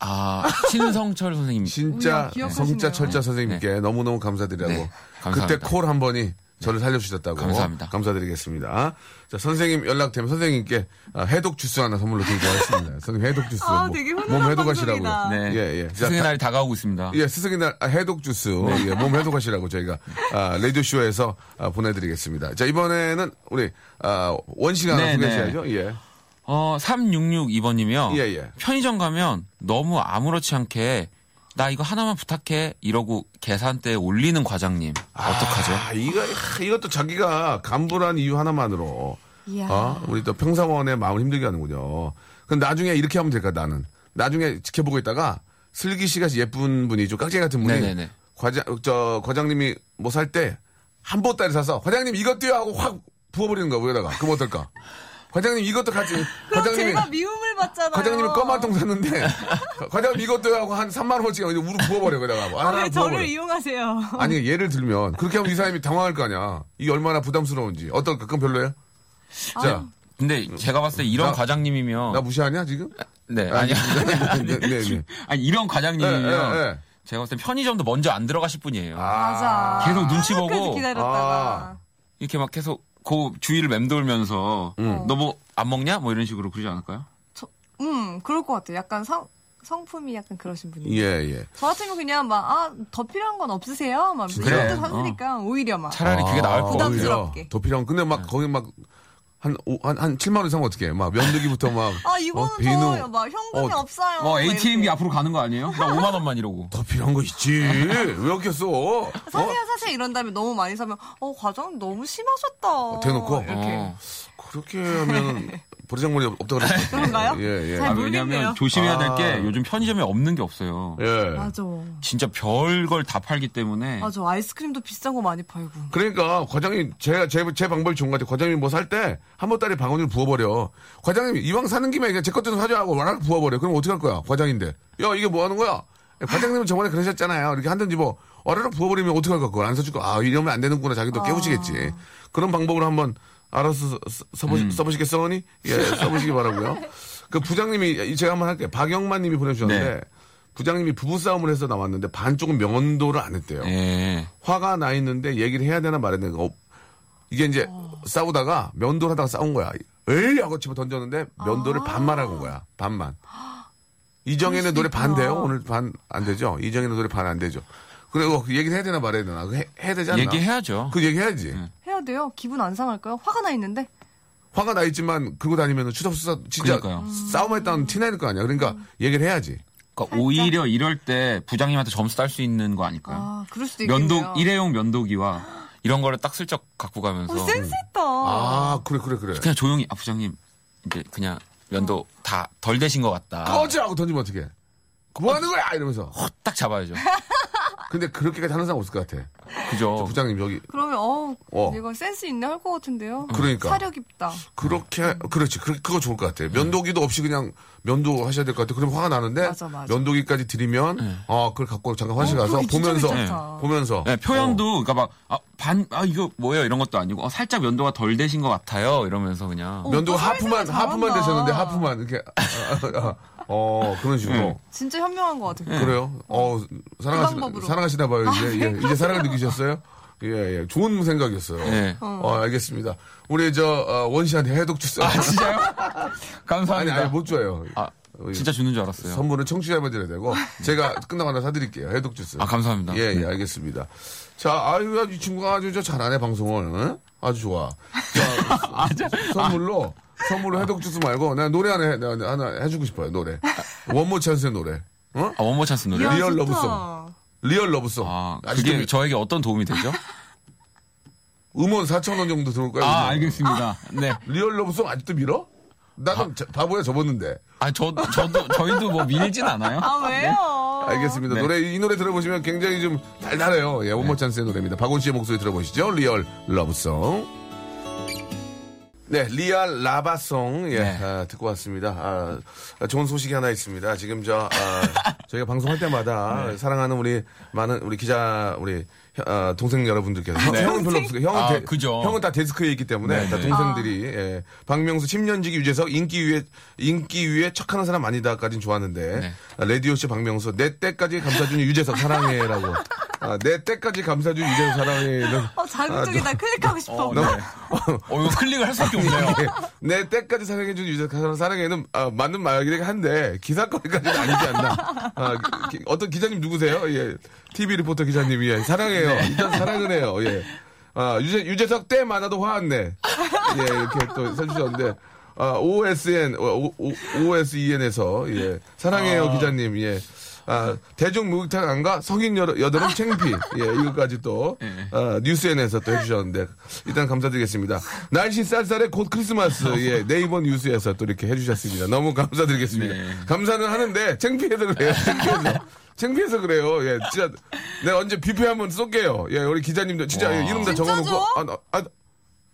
Speaker 4: 아, 신성철 선생님.
Speaker 2: 진짜
Speaker 3: 어, 우야, 기억하시네요.
Speaker 2: 성자 철자 선생님께 너무너무 감사드리라고
Speaker 4: 네,
Speaker 2: 그때
Speaker 4: 감사합니다. 네.
Speaker 2: 콜 한 번이 저를 살려주셨다고
Speaker 4: 감사합니다.
Speaker 2: 드리겠습니다 자, 선생님 연락되면 선생님께 아, 해독 주스 하나 선물로 드리고 하겠습니다. 선생님 해독 주스
Speaker 3: 아,
Speaker 2: 뭐
Speaker 3: 되게
Speaker 2: 몸
Speaker 3: 훈훈한
Speaker 2: 해독하시라고.
Speaker 3: 방송이다.
Speaker 4: 네.
Speaker 2: 예, 예. 자,
Speaker 4: 스승의 날이 다가오고 있습니다.
Speaker 2: 예, 스승의 날 아, 해독 주스
Speaker 4: 네.
Speaker 2: 예, 몸 해독하시라고 저희가 아, 라디오 쇼에서 아, 보내드리겠습니다. 자 이번에는 우리 아, 원식 하나
Speaker 4: 네,
Speaker 2: 소개해야죠. 예,
Speaker 4: 어, 3662번님이요.
Speaker 2: 예, 예.
Speaker 4: 편의점 가면 너무 아무렇지 않게 나 이거 하나만 부탁해 이러고 계산대에 올리는 과장님. 어떡하죠?
Speaker 2: 아, 이거 하, 이것도 자기가 간부란 이유 하나만으로
Speaker 3: 이야.
Speaker 2: 어? 우리 또 평사원의 마음을 힘들게 하는군요. 그럼 나중에 이렇게 하면 될까 나는 나중에 지켜보고 있다가 슬기 씨가 예쁜 분이 좀 깍쟁이 같은 분이
Speaker 4: 네네네.
Speaker 2: 과장 저 과장님이 뭐 살 때 한 보따리 사서 과장님 이것도요 하고 확 부어버리는 거야 위에다가 그럼 어떨까? 과장님 이것도 같이
Speaker 3: 그럼
Speaker 2: 과장님이
Speaker 3: 제가 미움을 받잖아요.
Speaker 2: 과장님이 껌한통 샀는데 과장님 이것도 하고 한 3만 원어치가 우르 부어버려 그다가 뭐 하나
Speaker 3: 아, 왜
Speaker 2: 하나
Speaker 3: 저를
Speaker 2: 부어버려.
Speaker 3: 이용하세요?
Speaker 2: 아니 예를 들면 그렇게 하면 이 사람이 당황할 거 아니야. 이게 얼마나 부담스러운지 어떨까? 그건 별로예요. 자,
Speaker 4: 근데 제가 봤을 때 이런
Speaker 2: 나-
Speaker 4: 과장님이면
Speaker 2: 나 무시하냐 지금?
Speaker 4: 네, 아니, 아니,
Speaker 2: 네, 네, 네.
Speaker 4: 아니 이런 과장님이면
Speaker 2: 예, 예, 예.
Speaker 4: 제가 봤을 때 편의점도 먼저 안 들어가실 분이에요.
Speaker 3: 맞아.
Speaker 4: 계속 눈치
Speaker 3: 끝까지
Speaker 4: 보고.
Speaker 2: 아.
Speaker 3: 기다렸다가.
Speaker 4: 이렇게 막 계속 그 주위를
Speaker 2: 음.
Speaker 4: 맴돌면서 너 뭐 안 먹냐? 뭐 이런 식으로 그러지 않을까요?
Speaker 3: 저- 음, 그럴 것 같아요. 약간 상, 성품이 약간 그러신 분이에요.
Speaker 2: 예, 예.
Speaker 3: 저 같으면 그냥 막, 아, 더 필요한 건 없으세요? 막,
Speaker 4: 진짜?
Speaker 3: 이런
Speaker 4: 그래.
Speaker 3: 뜻
Speaker 2: 어.
Speaker 3: 하시니까 오히려 막.
Speaker 4: 차라리 그게 나을 것 같아요. 네.
Speaker 3: 부담스럽게.
Speaker 2: 더 필요한. 근데 막 거기 막. 한, 오, 한, 한 7만원 이상 어떻게 해? 막, 면도기부터 막.
Speaker 3: 아, 이거는
Speaker 2: 어,
Speaker 3: 저요. 막, 현금이
Speaker 2: 어,
Speaker 3: 없어요.
Speaker 5: 뭐
Speaker 3: 막 이렇게.
Speaker 5: ATM기 앞으로 가는 거 아니에요?
Speaker 4: 나 5만 원만 이러고.
Speaker 2: 더 필요한 거 있지. 왜 이렇게 써? 어?
Speaker 3: 사세요, 사세요. 이런 다음에 너무 많이 사면, 어, 과장님 너무 심하셨다. 네.
Speaker 2: 대놓고?
Speaker 3: 이렇게.
Speaker 4: 어.
Speaker 2: 그렇게 하면 보리장물이 없다 그랬어.
Speaker 3: 그런가요?
Speaker 2: 예,
Speaker 3: 잘
Speaker 5: 아,
Speaker 2: 예.
Speaker 3: 모르겠네요.
Speaker 5: 왜냐면 조심해야 될 게
Speaker 2: 아.
Speaker 5: 요즘
Speaker 4: 요즘 편의점에 없는 게 없어요.
Speaker 2: 예.
Speaker 3: 맞아.
Speaker 4: 진짜 별걸 다 팔기 때문에
Speaker 3: 맞아. 아이스크림도 비싼 거 많이 팔고.
Speaker 2: 그러니까 과장님 제, 제, 제 방법이 좋은 것 같아요. 과장님 뭐 살 때 한 번 딸이 방언을 부어버려. 과장님 이왕 사는 김에 그냥 제 것도 좀 사줘 하고 와락 부어버려. 그럼 어떻게 할 거야? 과장인데. 야 이게 뭐 하는 거야? 과장님은 저번에 그러셨잖아요. 이렇게 한든 집어 와락 부어버리면 어떻게 할까? 그걸 안 사주고 아 이러면 안 되는구나. 자기도 깨우치겠지. 그런 방법으로 한번 알아서 써- 써- 써보시,
Speaker 4: 음.
Speaker 2: 써보시겠어니? 예, 써보시기 바라고요. 그 부장님이 제가 한번 할게요. 박영만님이 보내주셨는데
Speaker 4: 네.
Speaker 2: 부장님이 부부 싸움을 해서 나왔는데 반쪽은 명언도를 안 했대요.
Speaker 4: 예.
Speaker 2: 화가 나 있는데 얘기를 해야 되나 말아야 되나 어, 이게 이제 싸우다가 면도를 하다가 싸운 거야 에이 하고 집어 던졌는데 면도를 반만 하고 온 거야 반만 이정현의 노래 반 돼요 오늘 반 안 되죠 이정현의 노래 반 안 되죠 그리고 그 얘기를 해야 되나 말아야 되나 그거 해, 해야 되지 않나
Speaker 4: 얘기해야죠. 네.
Speaker 2: 그 얘기해야지
Speaker 3: 해야 돼요. 기분 안 상할까요? 화가 나 있는데.
Speaker 2: 네. 화가 나 있지만 그러고 다니면 추석수사 진짜
Speaker 4: 그러니까요.
Speaker 2: 싸움했다는 티날 거 아니야 그러니까 얘기를 해야지
Speaker 5: 그러니까 오히려 이럴 때 부장님한테 점수 딸 수 있는 거 아닐까요?
Speaker 3: 아, 그럴 수도 있겠네요.
Speaker 5: 면도 일회용 면도기와
Speaker 4: 이런 거를 딱 슬쩍 갖고 가면서
Speaker 3: 어, 센스 있다.
Speaker 2: 네. 아 그래 그래 그래
Speaker 4: 그냥 조용히 아 부장님 이제 그냥 면도 다 덜 되신 것 같다.
Speaker 2: 꺼져 하고 던지면 어떡해 뭐 하는 거야 이러면서
Speaker 4: 딱 잡아야죠.
Speaker 2: 근데 그렇게까지 하는 사람 없을 것 같아
Speaker 4: 그죠.
Speaker 2: 부장님 저기
Speaker 3: 그러면 어우
Speaker 2: 어.
Speaker 3: 이거 센스 있네 할 것 같은데요.
Speaker 2: 그러니까.
Speaker 3: 사력 있다.
Speaker 2: 그렇게 그렇지 그, 그거 좋을 것 같아요 면도기도 없이 그냥 면도 하셔야 될 것 같아요 그럼 화가 나는데
Speaker 3: 네. 맞아, 맞아.
Speaker 2: 면도기까지 드리면 아 그걸 갖고 잠깐 화실
Speaker 3: 어,
Speaker 2: 가서
Speaker 3: 그거 진짜
Speaker 2: 보면서
Speaker 3: 괜찮다.
Speaker 2: 보면서
Speaker 4: 네,
Speaker 2: 어.
Speaker 4: 표현도 그러니까 막아반아 이거 뭐예요 이런 것도 아니고 어, 살짝 면도가 덜 되신 것 같아요 이러면서 그냥
Speaker 3: 어,
Speaker 2: 면도가
Speaker 3: 또 사회생활
Speaker 2: 하프만 하프만
Speaker 3: 잘한다.
Speaker 2: 되셨는데 하프만 이렇게 아, 아, 아, 어 그런 식으로
Speaker 3: 진짜 현명한 것 같아요.
Speaker 2: 그래요 어
Speaker 3: 네. 그
Speaker 2: 사랑하시나
Speaker 3: 방법으로. 아, 네.
Speaker 2: 사랑하시나 봐요 이제 예, 이제 사랑을 느끼셨어요 예예 좋은 생각이었어요
Speaker 4: 네.
Speaker 2: 어 알겠습니다 우리 저 어, 원씨한테 해독 주스 아
Speaker 5: 진짜요?
Speaker 2: 아니
Speaker 5: 감사합니다.
Speaker 2: 아니 못 줘요
Speaker 4: 아
Speaker 2: 어,
Speaker 4: 진짜 주는 줄 알았어요.
Speaker 2: 선물은 청취자분들 해야 되고 제가 끝나고 하나 사드릴게요 해독 주스.
Speaker 4: 아 감사합니다.
Speaker 2: 예, 예, 알겠습니다. 자, 아유, 아주 이 친구가 아주 저 잘하네 방송을. 응? 아주 좋아. 자, 서- 선물로 선물로 해독 주스 말고 나 노래 하나 해, 나 하나 해주고 싶어요 노래. 원모 찬스의 노래. 어?
Speaker 4: 아 원모 찬스 노래.
Speaker 3: 이야,
Speaker 2: 리얼
Speaker 3: 좋다.
Speaker 2: 러브송. 리얼 러브송.
Speaker 4: 아
Speaker 2: 아직
Speaker 4: 그게
Speaker 2: 좀
Speaker 4: 저에게 어떤 도움이 되죠?
Speaker 2: 음원 4천 원 정도 들어올 거야.
Speaker 5: 아
Speaker 2: 음원.
Speaker 5: 알겠습니다. 네.
Speaker 2: 리얼 러브송 아직도 밀어?
Speaker 4: 아.
Speaker 2: 나좀 바보야 접었는데.
Speaker 4: 아저 저도 저희도 뭐 밀진 않아요. 네.
Speaker 3: 아 왜요?
Speaker 2: 네. 알겠습니다. 노래 이 노래 들어보시면 굉장히 좀 달달해요. 예, 원모 찬스의 노래입니다. 박원 씨의 목소리 들어보시죠. 리얼 러브송. 네, 리얼 라바송 예
Speaker 4: 네.
Speaker 2: 아, 듣고 왔습니다. 아, 좋은 소식이 하나 있습니다. 지금 저 아, 저희가 방송할 때마다
Speaker 4: 네.
Speaker 2: 사랑하는 우리 많은 우리 기자 우리 아, 동생 여러분들께서 형- 형은 별로 없어요. 형은
Speaker 4: 아,
Speaker 2: 데-
Speaker 4: 그죠.
Speaker 2: 형은 다 데스크에 있기 때문에
Speaker 4: 네,
Speaker 2: 다
Speaker 4: 네.
Speaker 2: 동생들이 예, 박명수 10년지기 유재석 인기 위에 인기 위에 척하는 사람 아니다까진 좋았는데
Speaker 4: 네.
Speaker 2: 아, 라디오 쇼 박명수 내 때까지 감싸주는 유재석 사랑해라고 아, 내 때까지 감싸주는 유재석 사랑해 이런
Speaker 3: 어
Speaker 2: 아,
Speaker 3: 자극적이다. 클릭하고 싶어.
Speaker 4: 어, 네. 어 이거 클릭을 할 수밖에 없네요.
Speaker 2: 예, 내 때까지 사랑해준 유재석 사랑 사랑해는 아, 맞는 말이긴 한데 기사거리까지는 아니지 않나 아, 기- 어떤 기자님 누구세요 예 TV 리포터 기자님 예 사랑해요 일단 사랑은 해요 예 아, 유재, 유재석 때 많아도 화 안 내. 예, 이렇게 또 써주셨는데, 아, OSN, 오, 오, OSEN에서, 예. 사랑해요, 기자님, 예. 아, 대중 목욕탕 안 가? 성인 여, 여드름 챙피. 예, 이것까지 또,
Speaker 3: 예.
Speaker 2: 아, 뉴스엔에서 또 해주셨는데, 일단 감사드리겠습니다. 날씨 쌀쌀해 곧 크리스마스, 예, 네이버 뉴스에서 또 이렇게 해주셨습니다. 너무 감사드리겠습니다.
Speaker 3: 네.
Speaker 2: 감사는 하는데, 챙피해서 그래요, 챙피해서. 챙피해서 그래요, 예, 진짜. 내가 언제 뷔페 한번 쏠게요. 예, 우리 기자님들, 진짜 이름 다
Speaker 3: 진짜죠?
Speaker 2: 적어놓고. 아, 나- 아,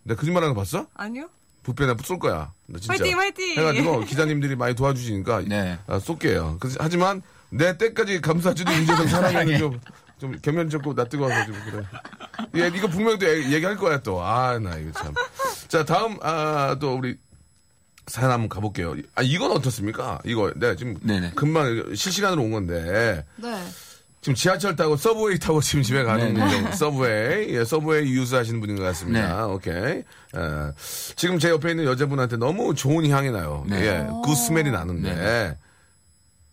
Speaker 2: 내가 거짓말하는 거 봤어?
Speaker 3: 아니요?
Speaker 2: 부페나 뭐 쏠 거야. 나 진짜.
Speaker 3: 화이팅, 화이팅!
Speaker 2: 해가지고 기자님들이 많이 도와주시니까
Speaker 4: 네.
Speaker 2: 아, 쏠게요. 그래서 하지만 내 때까지 감사주는 인재성 사랑에는 좀, 좀 겸연쩍고 나 뜨거워서 좀 그래. 예, 이거 분명히 또 얘- 얘기할 거야 또. 아, 나 이거 참. 자, 다음 아, 또 우리 사연 한번 가볼게요. 아, 이건 어떻습니까? 이거 내가 지금
Speaker 4: 네네.
Speaker 2: 금방 실시간으로 온 건데
Speaker 3: 네.
Speaker 2: 지금 지하철 타고 서브웨이 타고 지금 집에 가는
Speaker 4: 네,
Speaker 2: 중 서브웨이 예, 서브웨이 유수하시는 분인 것 같습니다. 오케이. 어, 지금 제 옆에 있는 여자분한테 너무 좋은 향이 예, 그 나요.
Speaker 4: 네.
Speaker 2: 예, 굿 스멜이 나는데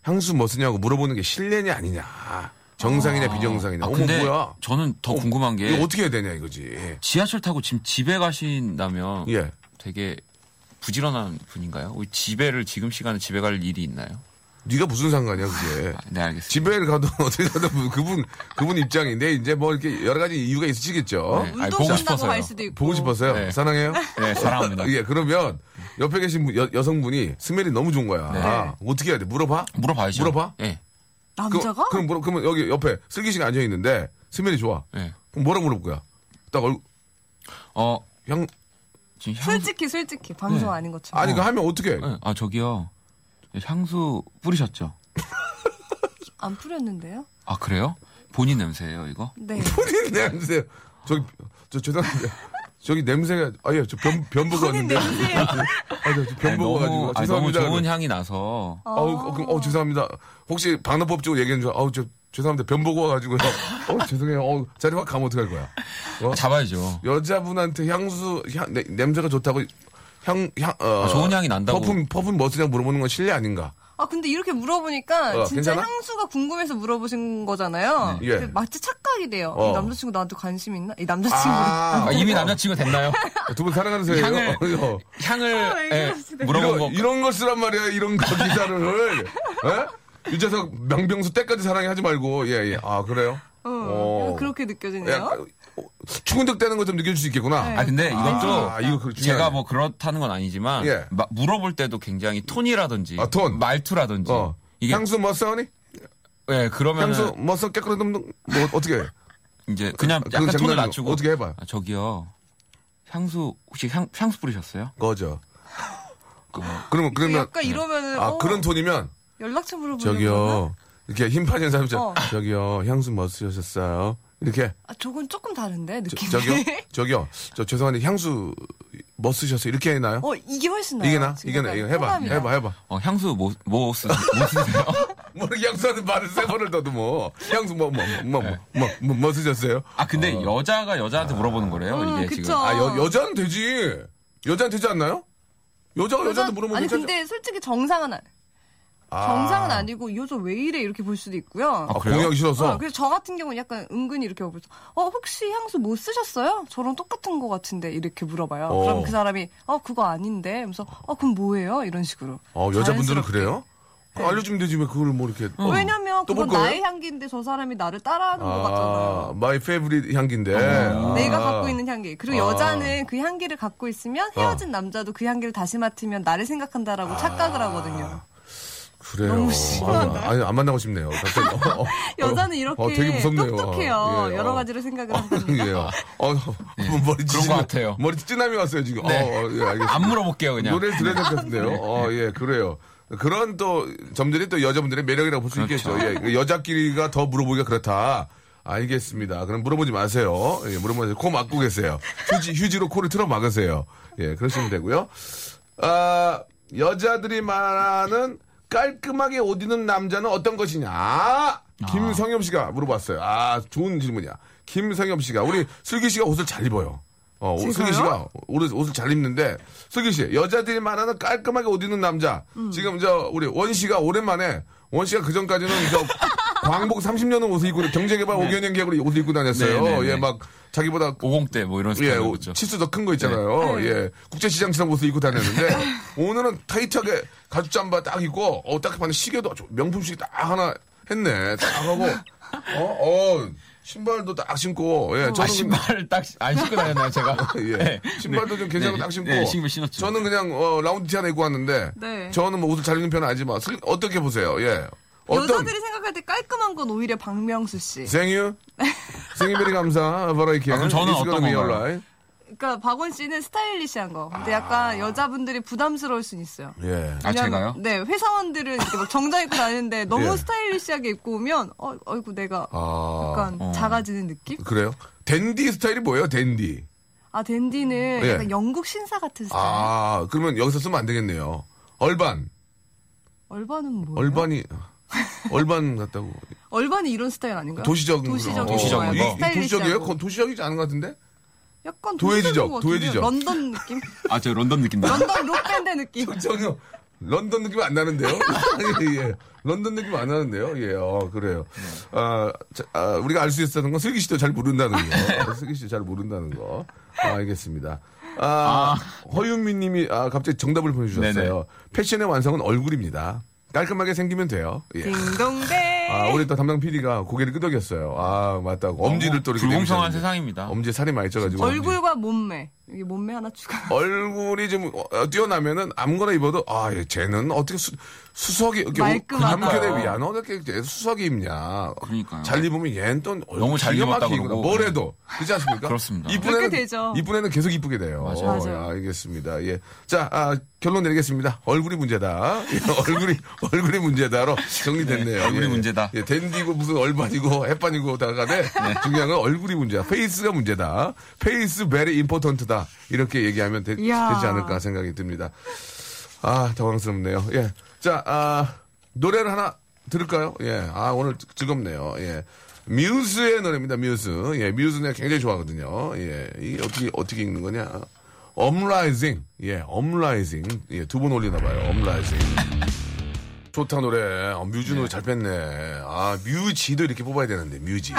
Speaker 2: 향수 뭐 쓰냐고 물어보는 게 실례냐 아니냐. 정상이냐 비정상이냐.
Speaker 4: 아,
Speaker 2: 어머
Speaker 4: 근데 예.
Speaker 2: 뭐야.
Speaker 4: 저는 더
Speaker 2: 어,
Speaker 4: 궁금한 게
Speaker 2: 이거 어떻게 해야 되냐 이거지.
Speaker 4: 지하철 타고 지금 집에 가신다면
Speaker 2: 예.
Speaker 4: 되게 부지런한 분인가요? 우리 집에를 지금 시간에 집에 갈 일이 있나요?
Speaker 2: 네가 무슨 상관이야 그게.
Speaker 4: 아, 네 알겠습니다.
Speaker 2: 집에 가도 어떻게 가도 뭐 그분 그분 입장인데 이제 뭐 이렇게 여러 가지 이유가 있으시겠죠.
Speaker 4: 네. 아니,
Speaker 3: 운동
Speaker 4: 보고
Speaker 3: 끝나고
Speaker 4: 싶어서요.
Speaker 3: 갈 수도 있고.
Speaker 2: 보고 싶었어요.
Speaker 4: 네.
Speaker 2: 사랑해요.
Speaker 4: 네 사랑합니다.
Speaker 2: 예, 그러면 옆에 계신 분- 여, 성분이 스멜이 너무 좋은 거야.
Speaker 4: 네.
Speaker 2: 아, 어떻게 해야 돼? 물어봐?
Speaker 4: 물어봐야죠.
Speaker 2: 물어봐?
Speaker 4: 예.
Speaker 3: 남자가?
Speaker 2: 그, 럼 물어, 그러면 여기 옆에 슬기 씨가 앉아 있는데 스멜이 좋아.
Speaker 4: 예.
Speaker 2: 그럼 뭐라 물어볼 거야? 딱 얼,
Speaker 4: 어
Speaker 2: 향,
Speaker 4: 지금 향.
Speaker 3: 솔직히 솔직히 방송
Speaker 4: 네.
Speaker 3: 아닌 것처럼.
Speaker 2: 아니, 그 하면 어떻게 해?
Speaker 4: 예, 아 저기요. 향수 뿌리셨죠?
Speaker 2: 그-
Speaker 3: 안 뿌렸는데요?
Speaker 4: 아 그래요? 본인 냄새예요 이거?
Speaker 3: 네.
Speaker 2: 본인 냄새. 저기, 저 죄송한데. 저기 냄새가, 아예, 저 변, 변 보고
Speaker 3: 본인
Speaker 2: 왔는데.
Speaker 3: 냄새요.
Speaker 2: 아, 저변 보고
Speaker 4: 아니, 너무,
Speaker 2: 와가지고.
Speaker 4: 아니, 너무
Speaker 2: 죄송합니다.
Speaker 4: 좋은 향이 나서
Speaker 2: 아우, 어, 그럼, 어, 죄송합니다. 혹시 방어법 쪽으로 얘기하는 줄, 아우, 저, 죄송합니다. 변 보고 와가지고요. 어, 죄송해요. 어, 자리 확 가면 어떡할 거야. 어?
Speaker 4: 잡아야죠.
Speaker 2: 여자분한테 향수 향, 내- 냄새가 좋다고 향, 향, 어,
Speaker 4: 아, 좋은 향이 난다고.
Speaker 2: 퍼퓸, 퍼퓸 뭐 쓰냐 물어보는 건 실례 아닌가?
Speaker 3: 아 근데 이렇게 물어보니까
Speaker 2: 어,
Speaker 3: 진짜
Speaker 2: 괜찮아?
Speaker 3: 향수가 궁금해서 물어보신 거잖아요.
Speaker 2: 네. 예.
Speaker 3: 근데 마치 착각이 돼요.
Speaker 2: 어.
Speaker 3: 이 남자친구 나한테 관심 있나? 이 남자친구.
Speaker 4: 아, 이미 남자친구 됐나요?
Speaker 3: 아.
Speaker 2: 두 분 사랑하는 사이예요
Speaker 4: 향을-
Speaker 2: 어, 어.
Speaker 4: 향을
Speaker 3: 왜
Speaker 4: 예,
Speaker 3: 그러시네.
Speaker 4: 물어본 거
Speaker 2: 이런, 이런 걸 쓰란 말이야, 이런 거 기사를. 예? 유재석 명병수 때까지 사랑해 하지 말고, 예, 예. 아, 그래요?
Speaker 3: 어,
Speaker 2: 어.
Speaker 3: 약간 그렇게 느껴지네요.
Speaker 2: 약간, 어, 추근덕대는 거 좀 느낄 수 있겠구나.
Speaker 3: 네.
Speaker 4: 아 근데 이것도
Speaker 2: 아, 이거 그 중요하네.
Speaker 4: 제가 뭐 그렇다는 건 아니지만
Speaker 2: 예.
Speaker 4: 마- 물어볼 때도 굉장히 톤이라든지
Speaker 2: 아, 톤.
Speaker 4: 말투라든지
Speaker 2: 어.
Speaker 4: 이게
Speaker 2: 향수 뭐 써니?
Speaker 4: 예 그러면
Speaker 2: 향수 뭐 써? 깨끗한 놈, 뭐, 어떻게 해?
Speaker 4: 이제 그냥
Speaker 2: 그건
Speaker 4: 약간 톤을
Speaker 2: 장난이고.
Speaker 4: 낮추고
Speaker 2: 어떻게 해봐.
Speaker 4: 아, 저기요 향수 혹시 향 향수 뿌리셨어요?
Speaker 2: 거죠. 그, 그러면, 그러면.
Speaker 3: 약간 이러면은
Speaker 2: 아,
Speaker 3: 어,
Speaker 2: 그런 톤이면.
Speaker 3: 연락처 물어보는 뭐 거나?
Speaker 2: 저기요. 이렇게 힘 빠진 사람처럼
Speaker 3: 어.
Speaker 2: 저기요 향수 뭐 쓰셨어요? 이렇게
Speaker 3: 아, 저건 조금 다른데 느낌이.
Speaker 2: 저, 기요 저기요 저 죄송한데 향수 뭐 쓰셨어요? 이렇게 해나요?
Speaker 3: 어 이게 훨씬 나아요.
Speaker 2: 이게 나
Speaker 3: 지금
Speaker 2: 이게 나
Speaker 3: 약간
Speaker 2: 이거 해봐
Speaker 3: 호감이다.
Speaker 2: 해봐 해봐
Speaker 4: 어 향수 뭐 뭐 쓰, 뭐 쓰세요?
Speaker 2: 뭐 이렇게 향수하는 말을 세 번을 더도 뭐 향수 뭐 뭐 뭐 뭐 뭐 뭐 쓰셨어요?
Speaker 4: 아 근데 여자가 여자한테 물어보는 거래요
Speaker 3: 음,
Speaker 4: 이게
Speaker 3: 그쵸.
Speaker 4: 지금
Speaker 2: 아 여, 여자는 되지 여자는 되지 않나요? 여자가
Speaker 3: 여자-
Speaker 2: 여자한테 물어보면
Speaker 3: 아니
Speaker 2: 괜찮죠?
Speaker 3: 근데 솔직히 정상은 아- 정상은 아니고 이 여자 왜 이래 이렇게 볼 수도 있고요.
Speaker 2: 아,
Speaker 4: 그래요?
Speaker 2: 공약이 싫어서
Speaker 3: 어, 그래서 저 같은 경우는 약간 은근히 이렇게 물어보죠. 어, 혹시 향수 뭐 쓰셨어요? 저랑 똑같은 것 같은데 이렇게 물어봐요.
Speaker 2: 어.
Speaker 3: 그럼 그 사람이 어, 그거 아닌데. 그래서 어, 그럼 뭐예요? 이런 식으로.
Speaker 2: 어, 여자분들은
Speaker 3: 자연스럽게. 네.
Speaker 2: 그래요? 그럼 알려주면 되지 왜 그걸 뭐 이렇게
Speaker 3: 왜냐면
Speaker 2: 또볼
Speaker 3: 그건
Speaker 2: 거예요?
Speaker 3: 나의 향기인데 저 사람이 나를 따라하는 것
Speaker 2: 아
Speaker 3: 같잖아요. 어.
Speaker 2: 마이 페이브릿 향기인데 아.
Speaker 3: 내가 갖고 있는 향기. 그리고
Speaker 2: 아.
Speaker 3: 여자는 그 향기를 갖고 있으면 헤어진 남자도 그 향기를 다시 맡으면 나를
Speaker 2: 아.
Speaker 3: 생각한다라고 착각을 하거든요.
Speaker 2: 그래요.
Speaker 3: 너무 심하다.
Speaker 2: 아, 니안 만나고 싶네요. 갑자기. 어, 어,
Speaker 3: 여자는 이렇게
Speaker 2: 어, 되게 무섭네요.
Speaker 3: 똑똑해요.
Speaker 2: 예,
Speaker 3: 여러
Speaker 2: 어.
Speaker 3: 가지를 생각을 합니다.
Speaker 2: 예. 어, 어, 머리 찌
Speaker 4: 예, 그런 것 같아요.
Speaker 2: 머리 찌남이 왔어요 지금.
Speaker 4: 네.
Speaker 2: 어, 어, 예, 알겠습니다.
Speaker 4: 안 물어볼게요 그냥
Speaker 2: 노래를 들어야 될 것
Speaker 3: 네.
Speaker 2: 같은데요. 어, 예, 그래요. 그런 또 점들이 또 여자분들의 매력이라고 볼 수
Speaker 4: 그렇죠.
Speaker 2: 있겠죠. 예, 여자끼리가 더 물어보기가 그렇다. 알겠습니다. 그럼 물어보지 마세요. 예, 물어보세요. 코 막고 계세요. 휴지, 휴지로 코를 틀어 막으세요. 예, 그러시면 되고요. 아, 여자들이 말하는 깔끔하게 옷 입는 남자는 어떤
Speaker 4: 아.
Speaker 2: 것이냐? 김성엽 씨가 물어봤어요. 아, 좋은 질문이야. 김성엽 씨가 우리 슬기 씨가 옷을 잘 입어요. 어, 옷- 슬기 씨가 옷을, 옷을 잘 입는데 슬기 씨 여자들이 말하는 깔끔하게 옷 입는 남자.
Speaker 4: 음.
Speaker 2: 지금 저 우리 원 씨가 오랜만에 원 씨가 그 전까지는 저 광복 30년은 옷을 입고 경제개발 5개년 계약으로 옷을 입고 다녔어요.
Speaker 4: 네, 네, 네.
Speaker 2: 예, 막 자기보다
Speaker 4: 50대 뭐 이런
Speaker 2: 예,
Speaker 4: 스타일
Speaker 2: 오-
Speaker 4: 죠
Speaker 2: 치수 더 큰 거 있잖아요.
Speaker 4: 네.
Speaker 2: 예, 국제시장처럼 옷을 입고 다녔는데 오늘은 타이트하게 가죽 잠바 딱 입고 어, 딱 봤는데 시계도 아주 명품 시계 딱 하나 했네. 딱 하고 어, 어 신발도 딱 신고 예,
Speaker 4: 아
Speaker 2: 저는
Speaker 4: 신발을 딱 안 신고 다녔나요 제가?
Speaker 2: 예. 신발도 좀 괜찮고 딱 신고.
Speaker 4: 네, 신발 신었죠.
Speaker 2: 저는 그냥 어, 라운드 티 하나 입고 왔는데
Speaker 3: 네.
Speaker 2: 저는 뭐 옷을 잘 입는 편은 아니지만 슬- 어떻게 보세요? 예. 어떤
Speaker 3: 여자들이 생각할 때 깔끔한 건 오히려 박명수 씨.
Speaker 2: 생유 생유베리 감사 바라이키.
Speaker 4: 아, 그럼 저는 어떤 건가요?
Speaker 3: 그러니까 박원 씨는 스타일리시한 거.
Speaker 2: 아.
Speaker 3: 근데 약간 여자분들이 부담스러울 순 있어요.
Speaker 2: 예.
Speaker 4: 아 제가요?
Speaker 3: 네 회사원들은 이렇게 막 정장 입고 다니는데 너무
Speaker 2: 예.
Speaker 3: 스타일리시하게 입고 오면 어, 어이구 내가
Speaker 2: 아.
Speaker 3: 약간 작아지는 느낌?
Speaker 2: 그래요? 댄디 스타일이 뭐예요? 댄디.
Speaker 3: 아 댄디는
Speaker 2: 예.
Speaker 3: 약간 영국 신사 같은 스타일.
Speaker 2: 아, 그러면 여기서 쓰면 안 되겠네요. 얼반.
Speaker 3: 얼반은 뭐예요?
Speaker 2: 얼반이 얼반 같다고.
Speaker 3: 얼반이 이런 스타일 아닌가요?
Speaker 2: 도시적인 거.
Speaker 3: 도시적인
Speaker 2: 어,
Speaker 4: 도시적인
Speaker 3: 거예요. 뭐
Speaker 2: 이- 이
Speaker 3: 스타일리시하고.
Speaker 2: 도시적이에요? 그건 도시적이지 않은 것 같은데?
Speaker 3: 약간
Speaker 2: 도회지적,
Speaker 3: 도시적인 것 같은데.
Speaker 2: 도회지적.
Speaker 3: 런던 느낌?
Speaker 4: 아 저 런던 느낌 나.
Speaker 3: 런던 록밴드 느낌.
Speaker 2: 전혀 런던 느낌 안 나는데요? 예, 예. 런던 느낌 안 나는데요? 예, 어, 그래요.
Speaker 4: 네.
Speaker 2: 아, 자, 아, 우리가 알 수 있었던 건 슬기 씨도 잘 모른다는 거. 슬기 씨 잘 모른다는 거. 아, 알겠습니다. 아, 허윤미 님이 아, 갑자기 정답을 보내주셨어요.
Speaker 5: 네네.
Speaker 2: 패션의 완성은 얼굴입니다. 깔끔하게 생기면 돼요.
Speaker 3: 네.
Speaker 2: 예.
Speaker 3: 딩동대.
Speaker 2: 아, 우리 또 담당 PD가 고개를 끄덕였어요. 아, 맞다고. 엄지를 또 이렇게.
Speaker 4: 불공평한
Speaker 2: 내미셨는데.
Speaker 4: 세상입니다.
Speaker 2: 엄지에 살이 많이 쪄가지고.
Speaker 3: 얼굴과 몸매. 여기 몸매 하나 추가.
Speaker 2: 얼굴이 좀 어, 뛰어나면은 아무거나 입어도 아 얘, 쟤는 어떻게 수, 수석이 이렇게
Speaker 3: 말끔하다.
Speaker 2: 남편의 위안 어떻게 쟤 수석이 입냐
Speaker 4: 그러니까요.
Speaker 2: 잘 입으면 얘는 또 얼굴
Speaker 4: 너무 잘
Speaker 2: 기가
Speaker 4: 입었다
Speaker 2: 막히구나.
Speaker 4: 그러고. 네.
Speaker 2: 뭘 해도 그렇지 않습니까?
Speaker 4: 그렇습니다.
Speaker 2: 이쁜
Speaker 3: 그렇게
Speaker 2: 애는
Speaker 3: 되죠.
Speaker 2: 이쁜 애는 계속 이쁘게 돼요.
Speaker 4: 맞아요.
Speaker 2: 어,
Speaker 3: 맞아요.
Speaker 2: 야, 알겠습니다. 예, 자 아, 결론 내리겠습니다. 얼굴이 문제다. 예, 얼굴이 얼굴이 문제다로 정리됐네요.
Speaker 4: 얼굴이
Speaker 2: 예, 예.
Speaker 4: 문제다.
Speaker 2: 예, 댄디고 무슨 얼반이고 햇반이고 다가네 중요한 건 얼굴이 문제야. 페이스가 문제다. 페이스 베리 임포턴트다. 이렇게 얘기하면 되, 지
Speaker 3: 이야.
Speaker 2: 않을까 생각이 듭니다. 아 당황스럽네요. 예, 자 아, 노래를 하나 들을까요? 예, 아 오늘 즐- 즐겁네요. 예. 뮤즈의 노래입니다. 뮤즈. 예, 뮤즈 내가 굉장히 좋아하거든요. 예, 이 어떻게 어떻게 읽는 거냐? 업라이징. 예, 업라이징. 예, 두 번 올리나 봐요. 업라이징. 좋다 노래. 어, 뮤즈 노래 잘 뺐네. 아 뮤지도 이렇게 뽑아야 되는데 뮤지.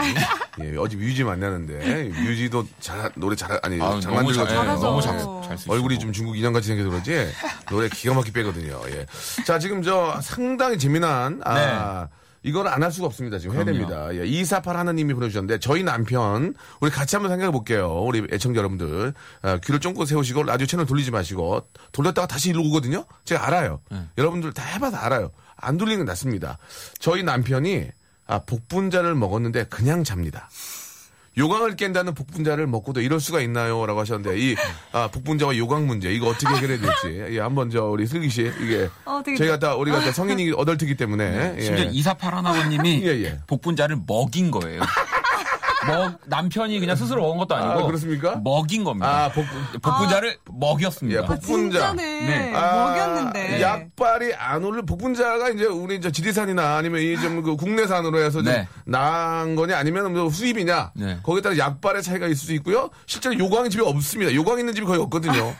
Speaker 2: 예, 어제 뮤지 만나는데 뮤지도 잘 노래 잘 아니 잘
Speaker 4: 아, 너무 잘,
Speaker 2: 만들거든요.
Speaker 4: 예,
Speaker 3: 잘하죠.
Speaker 4: 너무 잘잘수
Speaker 2: 얼굴이 좀 중국 인형 같이 생겨서 그런지 노래 기가 막히게 빼거든요. 예. 자 지금 저 상당히 재미난
Speaker 4: 네.
Speaker 2: 아. 이걸 안 할 수가 없습니다. 지금 해야 됩니다. 예, 248 하나님이 보내주셨는데, 저희 남편, 우리 같이 한번 생각해 볼게요. 우리 애청자 여러분들. 아, 귀를 쫑긋 세우시고, 라디오 채널 돌리지 마시고, 돌렸다가 다시 일로 오거든요? 제가 알아요.
Speaker 4: 네.
Speaker 2: 여러분들 다 해봐서 알아요. 안 돌리는 게 낫습니다. 저희 남편이, 아, 복분자를 먹었는데, 그냥 잡니다. 요강을 깬다는 복분자를 먹고도 이럴 수가 있나요? 라고 하셨는데, 이, 아, 복분자와 요강 문제, 이거 어떻게 해결해야 될지. 예, 한번 저, 우리 슬기 씨, 이게.
Speaker 3: 어, 되게
Speaker 2: 저희가 다, 우리가 다 성인이 어덜트기 때문에. 예.
Speaker 4: 네, 심지어 248 하나원님이
Speaker 2: 예, 예.
Speaker 4: 복분자를 먹인 거예요. 먹, 뭐, 남편이 그냥 스스로 먹은 것도 아니고
Speaker 2: 아, 그렇습니까?
Speaker 4: 먹인 겁니다.
Speaker 2: 아, 복,
Speaker 4: 복분자를 먹였습니다.
Speaker 2: 예,
Speaker 3: 아,
Speaker 2: 복- 복분자.
Speaker 3: 진짜네.
Speaker 4: 네.
Speaker 2: 아,
Speaker 3: 먹였는데.
Speaker 2: 약발이 안 올려 복분자가 이제 우리 이제 지리산이나 아니면 이좀그 국내산으로 해서 좀
Speaker 4: 네.
Speaker 2: 나은 거냐 아니면 뭐 수입이냐
Speaker 4: 네.
Speaker 2: 거기에 따라 약발의 차이가 있을 수 있고요. 실제로 요강이 집에 없습니다. 요강 있는 집이 거의 없거든요.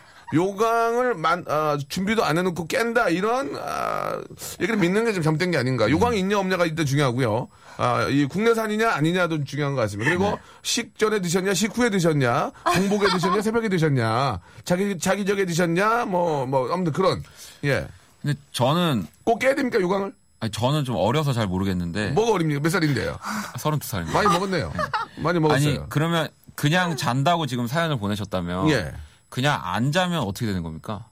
Speaker 2: 요강을 만, 아, 준비도 안 해놓고 깬다 이런 아, 얘기를 믿는 게 좀 잘못된 게 아닌가. 요강이 있냐 없냐가 일단 중요하고요. 아, 이 국내산이냐 아니냐도 중요한 것 같습니다.
Speaker 4: 네.
Speaker 2: 그리고 식전에 드셨냐, 식후에 드셨냐, 공복에 드셨냐, 새벽에 드셨냐, 자기 자기 적에 드셨냐, 뭐뭐 아무튼 그런 예.
Speaker 4: 근데 저는
Speaker 2: 꼭 깨야 됩니까 요강을?
Speaker 4: 아니, 저는 좀 어려서 잘 모르겠는데
Speaker 2: 뭐가 어립니까? 몇 살인데요?
Speaker 4: 32살입니다.
Speaker 2: 많이 먹었네요. 많이
Speaker 4: 아니
Speaker 2: 먹었어요.
Speaker 4: 그러면 그냥 잔다고 지금 사연을 보내셨다면
Speaker 2: 예.
Speaker 4: 그냥 안 자면 어떻게 되는 겁니까?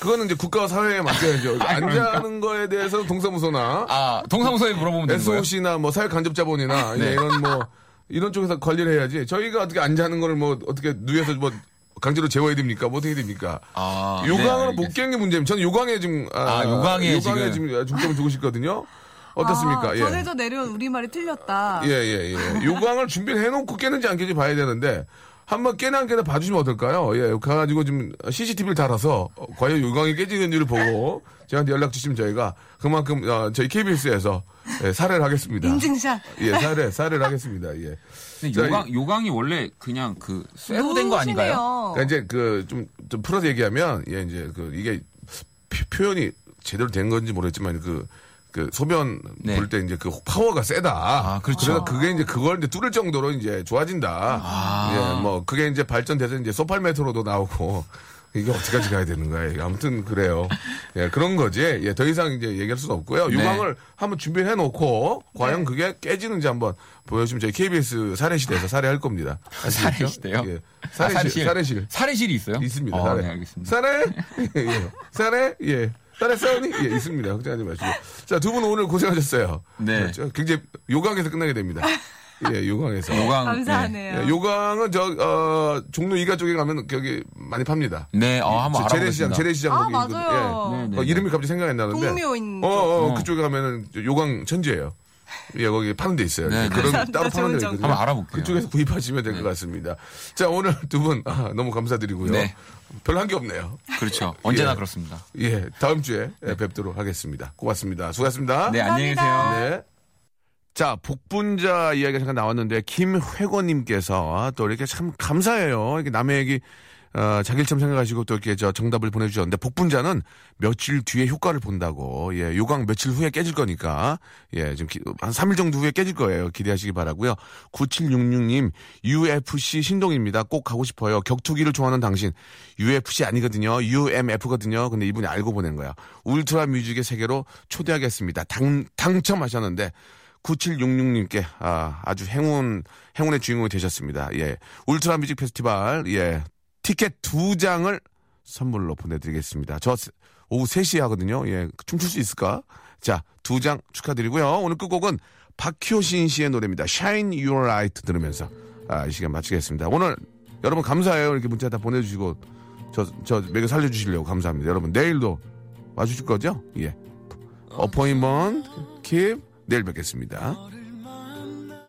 Speaker 2: 그거는 이제 국가와 사회에 맡겨야죠. 앉아는 거에 대해서 동사무소나
Speaker 4: 아 동사무소에 물어보면 되는 거예요? 아, 네.
Speaker 2: SOC나 뭐 사회간접자본이나 예, 이런 뭐 이런 쪽에서 관리를 해야지. 저희가 어떻게 앉아는 걸 뭐 어떻게 누에서 뭐 강제로 재워야 됩니까? 뭐 어떻게 됩니까?
Speaker 4: 아,
Speaker 2: 요강을
Speaker 4: 네,
Speaker 2: 못 깨는 게 문제입니다. 저는 요강에 지금
Speaker 4: 아, 요강에
Speaker 2: 요강에
Speaker 4: 지금.
Speaker 2: 지금 중점을 두고 싶거든요. 어떻습니까?
Speaker 3: 아,
Speaker 2: 예.
Speaker 3: 전해져 내려온 우리말이 틀렸다.
Speaker 2: 예, 예, 예. 요강을 준비를 해놓고 깨는지 안 깨는지 봐야 되는데, 한번 깨나 안 깨나 봐주시면 어떨까요? 예, 가가지고 지금 CCTV를 달아서, 어, 과연 요강이 깨지는지를 보고, 저한테 연락 주시면 저희가 그만큼, 어, 저희 KBS에서 사례를 하겠습니다.
Speaker 3: 인증샷.
Speaker 2: 예, 사례, 사례를 하겠습니다. 예.
Speaker 4: 근데
Speaker 2: 자,
Speaker 4: 요강 요강이 원래 그냥 그 쇠로 된 거 아닌가요?
Speaker 3: 노시네요.
Speaker 2: 그러니까 이제 그, 좀, 좀 풀어서 얘기하면, 예, 이제 그, 이게 피- 표현이 제대로 된 건지 모르겠지만, 그, 그 소변
Speaker 4: 네.
Speaker 2: 볼 때 이제 그 파워가 세다.
Speaker 4: 아, 그렇죠.
Speaker 2: 래서 그게 이제 그걸 이제 뚫을 정도로 이제 좋아진다.
Speaker 4: 아.
Speaker 2: 예, 뭐 그게 이제 발전돼서 이제 소팔메트로도 나오고 이게 어디까지 가야 되는 거야. 이게 아무튼 그래요. 예, 그런 거지. 예, 더 이상 이제 얘기할 수는
Speaker 4: 네.
Speaker 2: 없고요. 유광을 한번 준비해 놓고 과연 그게 깨지는지 한번 보여주면 저희 KBS 사례실에서 사례할 겁니다.
Speaker 4: 아. 사례시대요?
Speaker 2: 예. 사례실, 사례실.
Speaker 4: 사례실이 있어요?
Speaker 2: 있습니다.
Speaker 4: 어,
Speaker 2: 사례.
Speaker 4: 네, 알겠습니다.
Speaker 2: 사례? 예. 사례? 예. 사례 싸우니? 예, 있습니다. 걱정하지 마시고. 자, 두 분 오늘 고생하셨어요.
Speaker 4: 네.
Speaker 2: 그렇죠? 굉장히 요강에서 끝나게 됩니다. 예, 요강에서.
Speaker 4: 요강 네.
Speaker 3: 감사하네요.
Speaker 2: 예, 요강은 저, 어, 종로 이가 쪽에 가면 거기 많이 팝니다.
Speaker 4: 네, 어, 한번
Speaker 2: 제- 재래시장,
Speaker 4: 알아보겠습니다.
Speaker 2: 재래시장
Speaker 3: 아,
Speaker 2: 거기 있거든요.
Speaker 3: 맞아요.
Speaker 2: 예.
Speaker 4: 네,
Speaker 2: 어,
Speaker 4: 네.
Speaker 2: 이름이 갑자기 생각이 안 나는데.
Speaker 3: 동묘인
Speaker 2: 어,
Speaker 4: 음.
Speaker 2: 어, 어, 그쪽에 가면은 저 요강 천지예요. 예, 거기 파는 데 있어요.
Speaker 4: 네, 네.
Speaker 2: 그런 거 따로
Speaker 3: 감사합니다.
Speaker 2: 파는 데
Speaker 3: 좋은 정보.
Speaker 2: 있거든요.
Speaker 4: 한번 알아볼게요.
Speaker 2: 그쪽에서 구입하시면 될 것 같습니다. 자, 오늘 두 분 아, 너무 감사드리고요.
Speaker 4: 네.
Speaker 2: 별로 한 게 없네요.
Speaker 4: 그렇죠. 언제나
Speaker 2: 예.
Speaker 4: 그렇습니다.
Speaker 2: 예, 다음 주에 예, 뵙도록 하겠습니다. 고맙습니다. 수고하셨습니다.
Speaker 4: 네, 안녕히 계세요.
Speaker 2: 네. 자, 복분자 이야기가 잠깐 나왔는데, 김회권님께서, 또 이렇게 참 감사해요. 이렇게 남의 얘기, 어, 자기 일 생각하시고 또 이렇게 저 정답을 보내주셨는데 복분자는 며칠 뒤에 효과를 본다고 예 요강 며칠 후에 깨질 거니까 예 지금 기- 한 3일 정도 후에 깨질 거예요 기대하시기 바라고요 9766님 UFC 신동입니다 꼭 가고 싶어요 격투기를 좋아하는 당신 UFC 아니거든요 UMF거든요 근데 이분이 알고 보낸 거야 울트라 뮤직의 세계로 초대하겠습니다 당, 당첨하셨는데 9766님께 아, 아주 행운 행운의 주인공이 되셨습니다. 예. 울트라 뮤직 페스티벌 예. 티켓 두 장을 선물로 보내 드리겠습니다. 저 세- 오후 3시에 하거든요. 예. 춤출 수 있을까? 자, 두 장 축하드리고요. 오늘 끝곡은 박효신 씨의 노래입니다. Shine Your Light 들으면서 아, 이 시간 마치겠습니다. 오늘 여러분 감사해요. 이렇게 문자 다 보내 주시고 저저 매개 살려 주시려고 감사합니다. 여러분 내일도 와 주실 거죠? 예. 어포인먼 킵 내일 뵙겠습니다.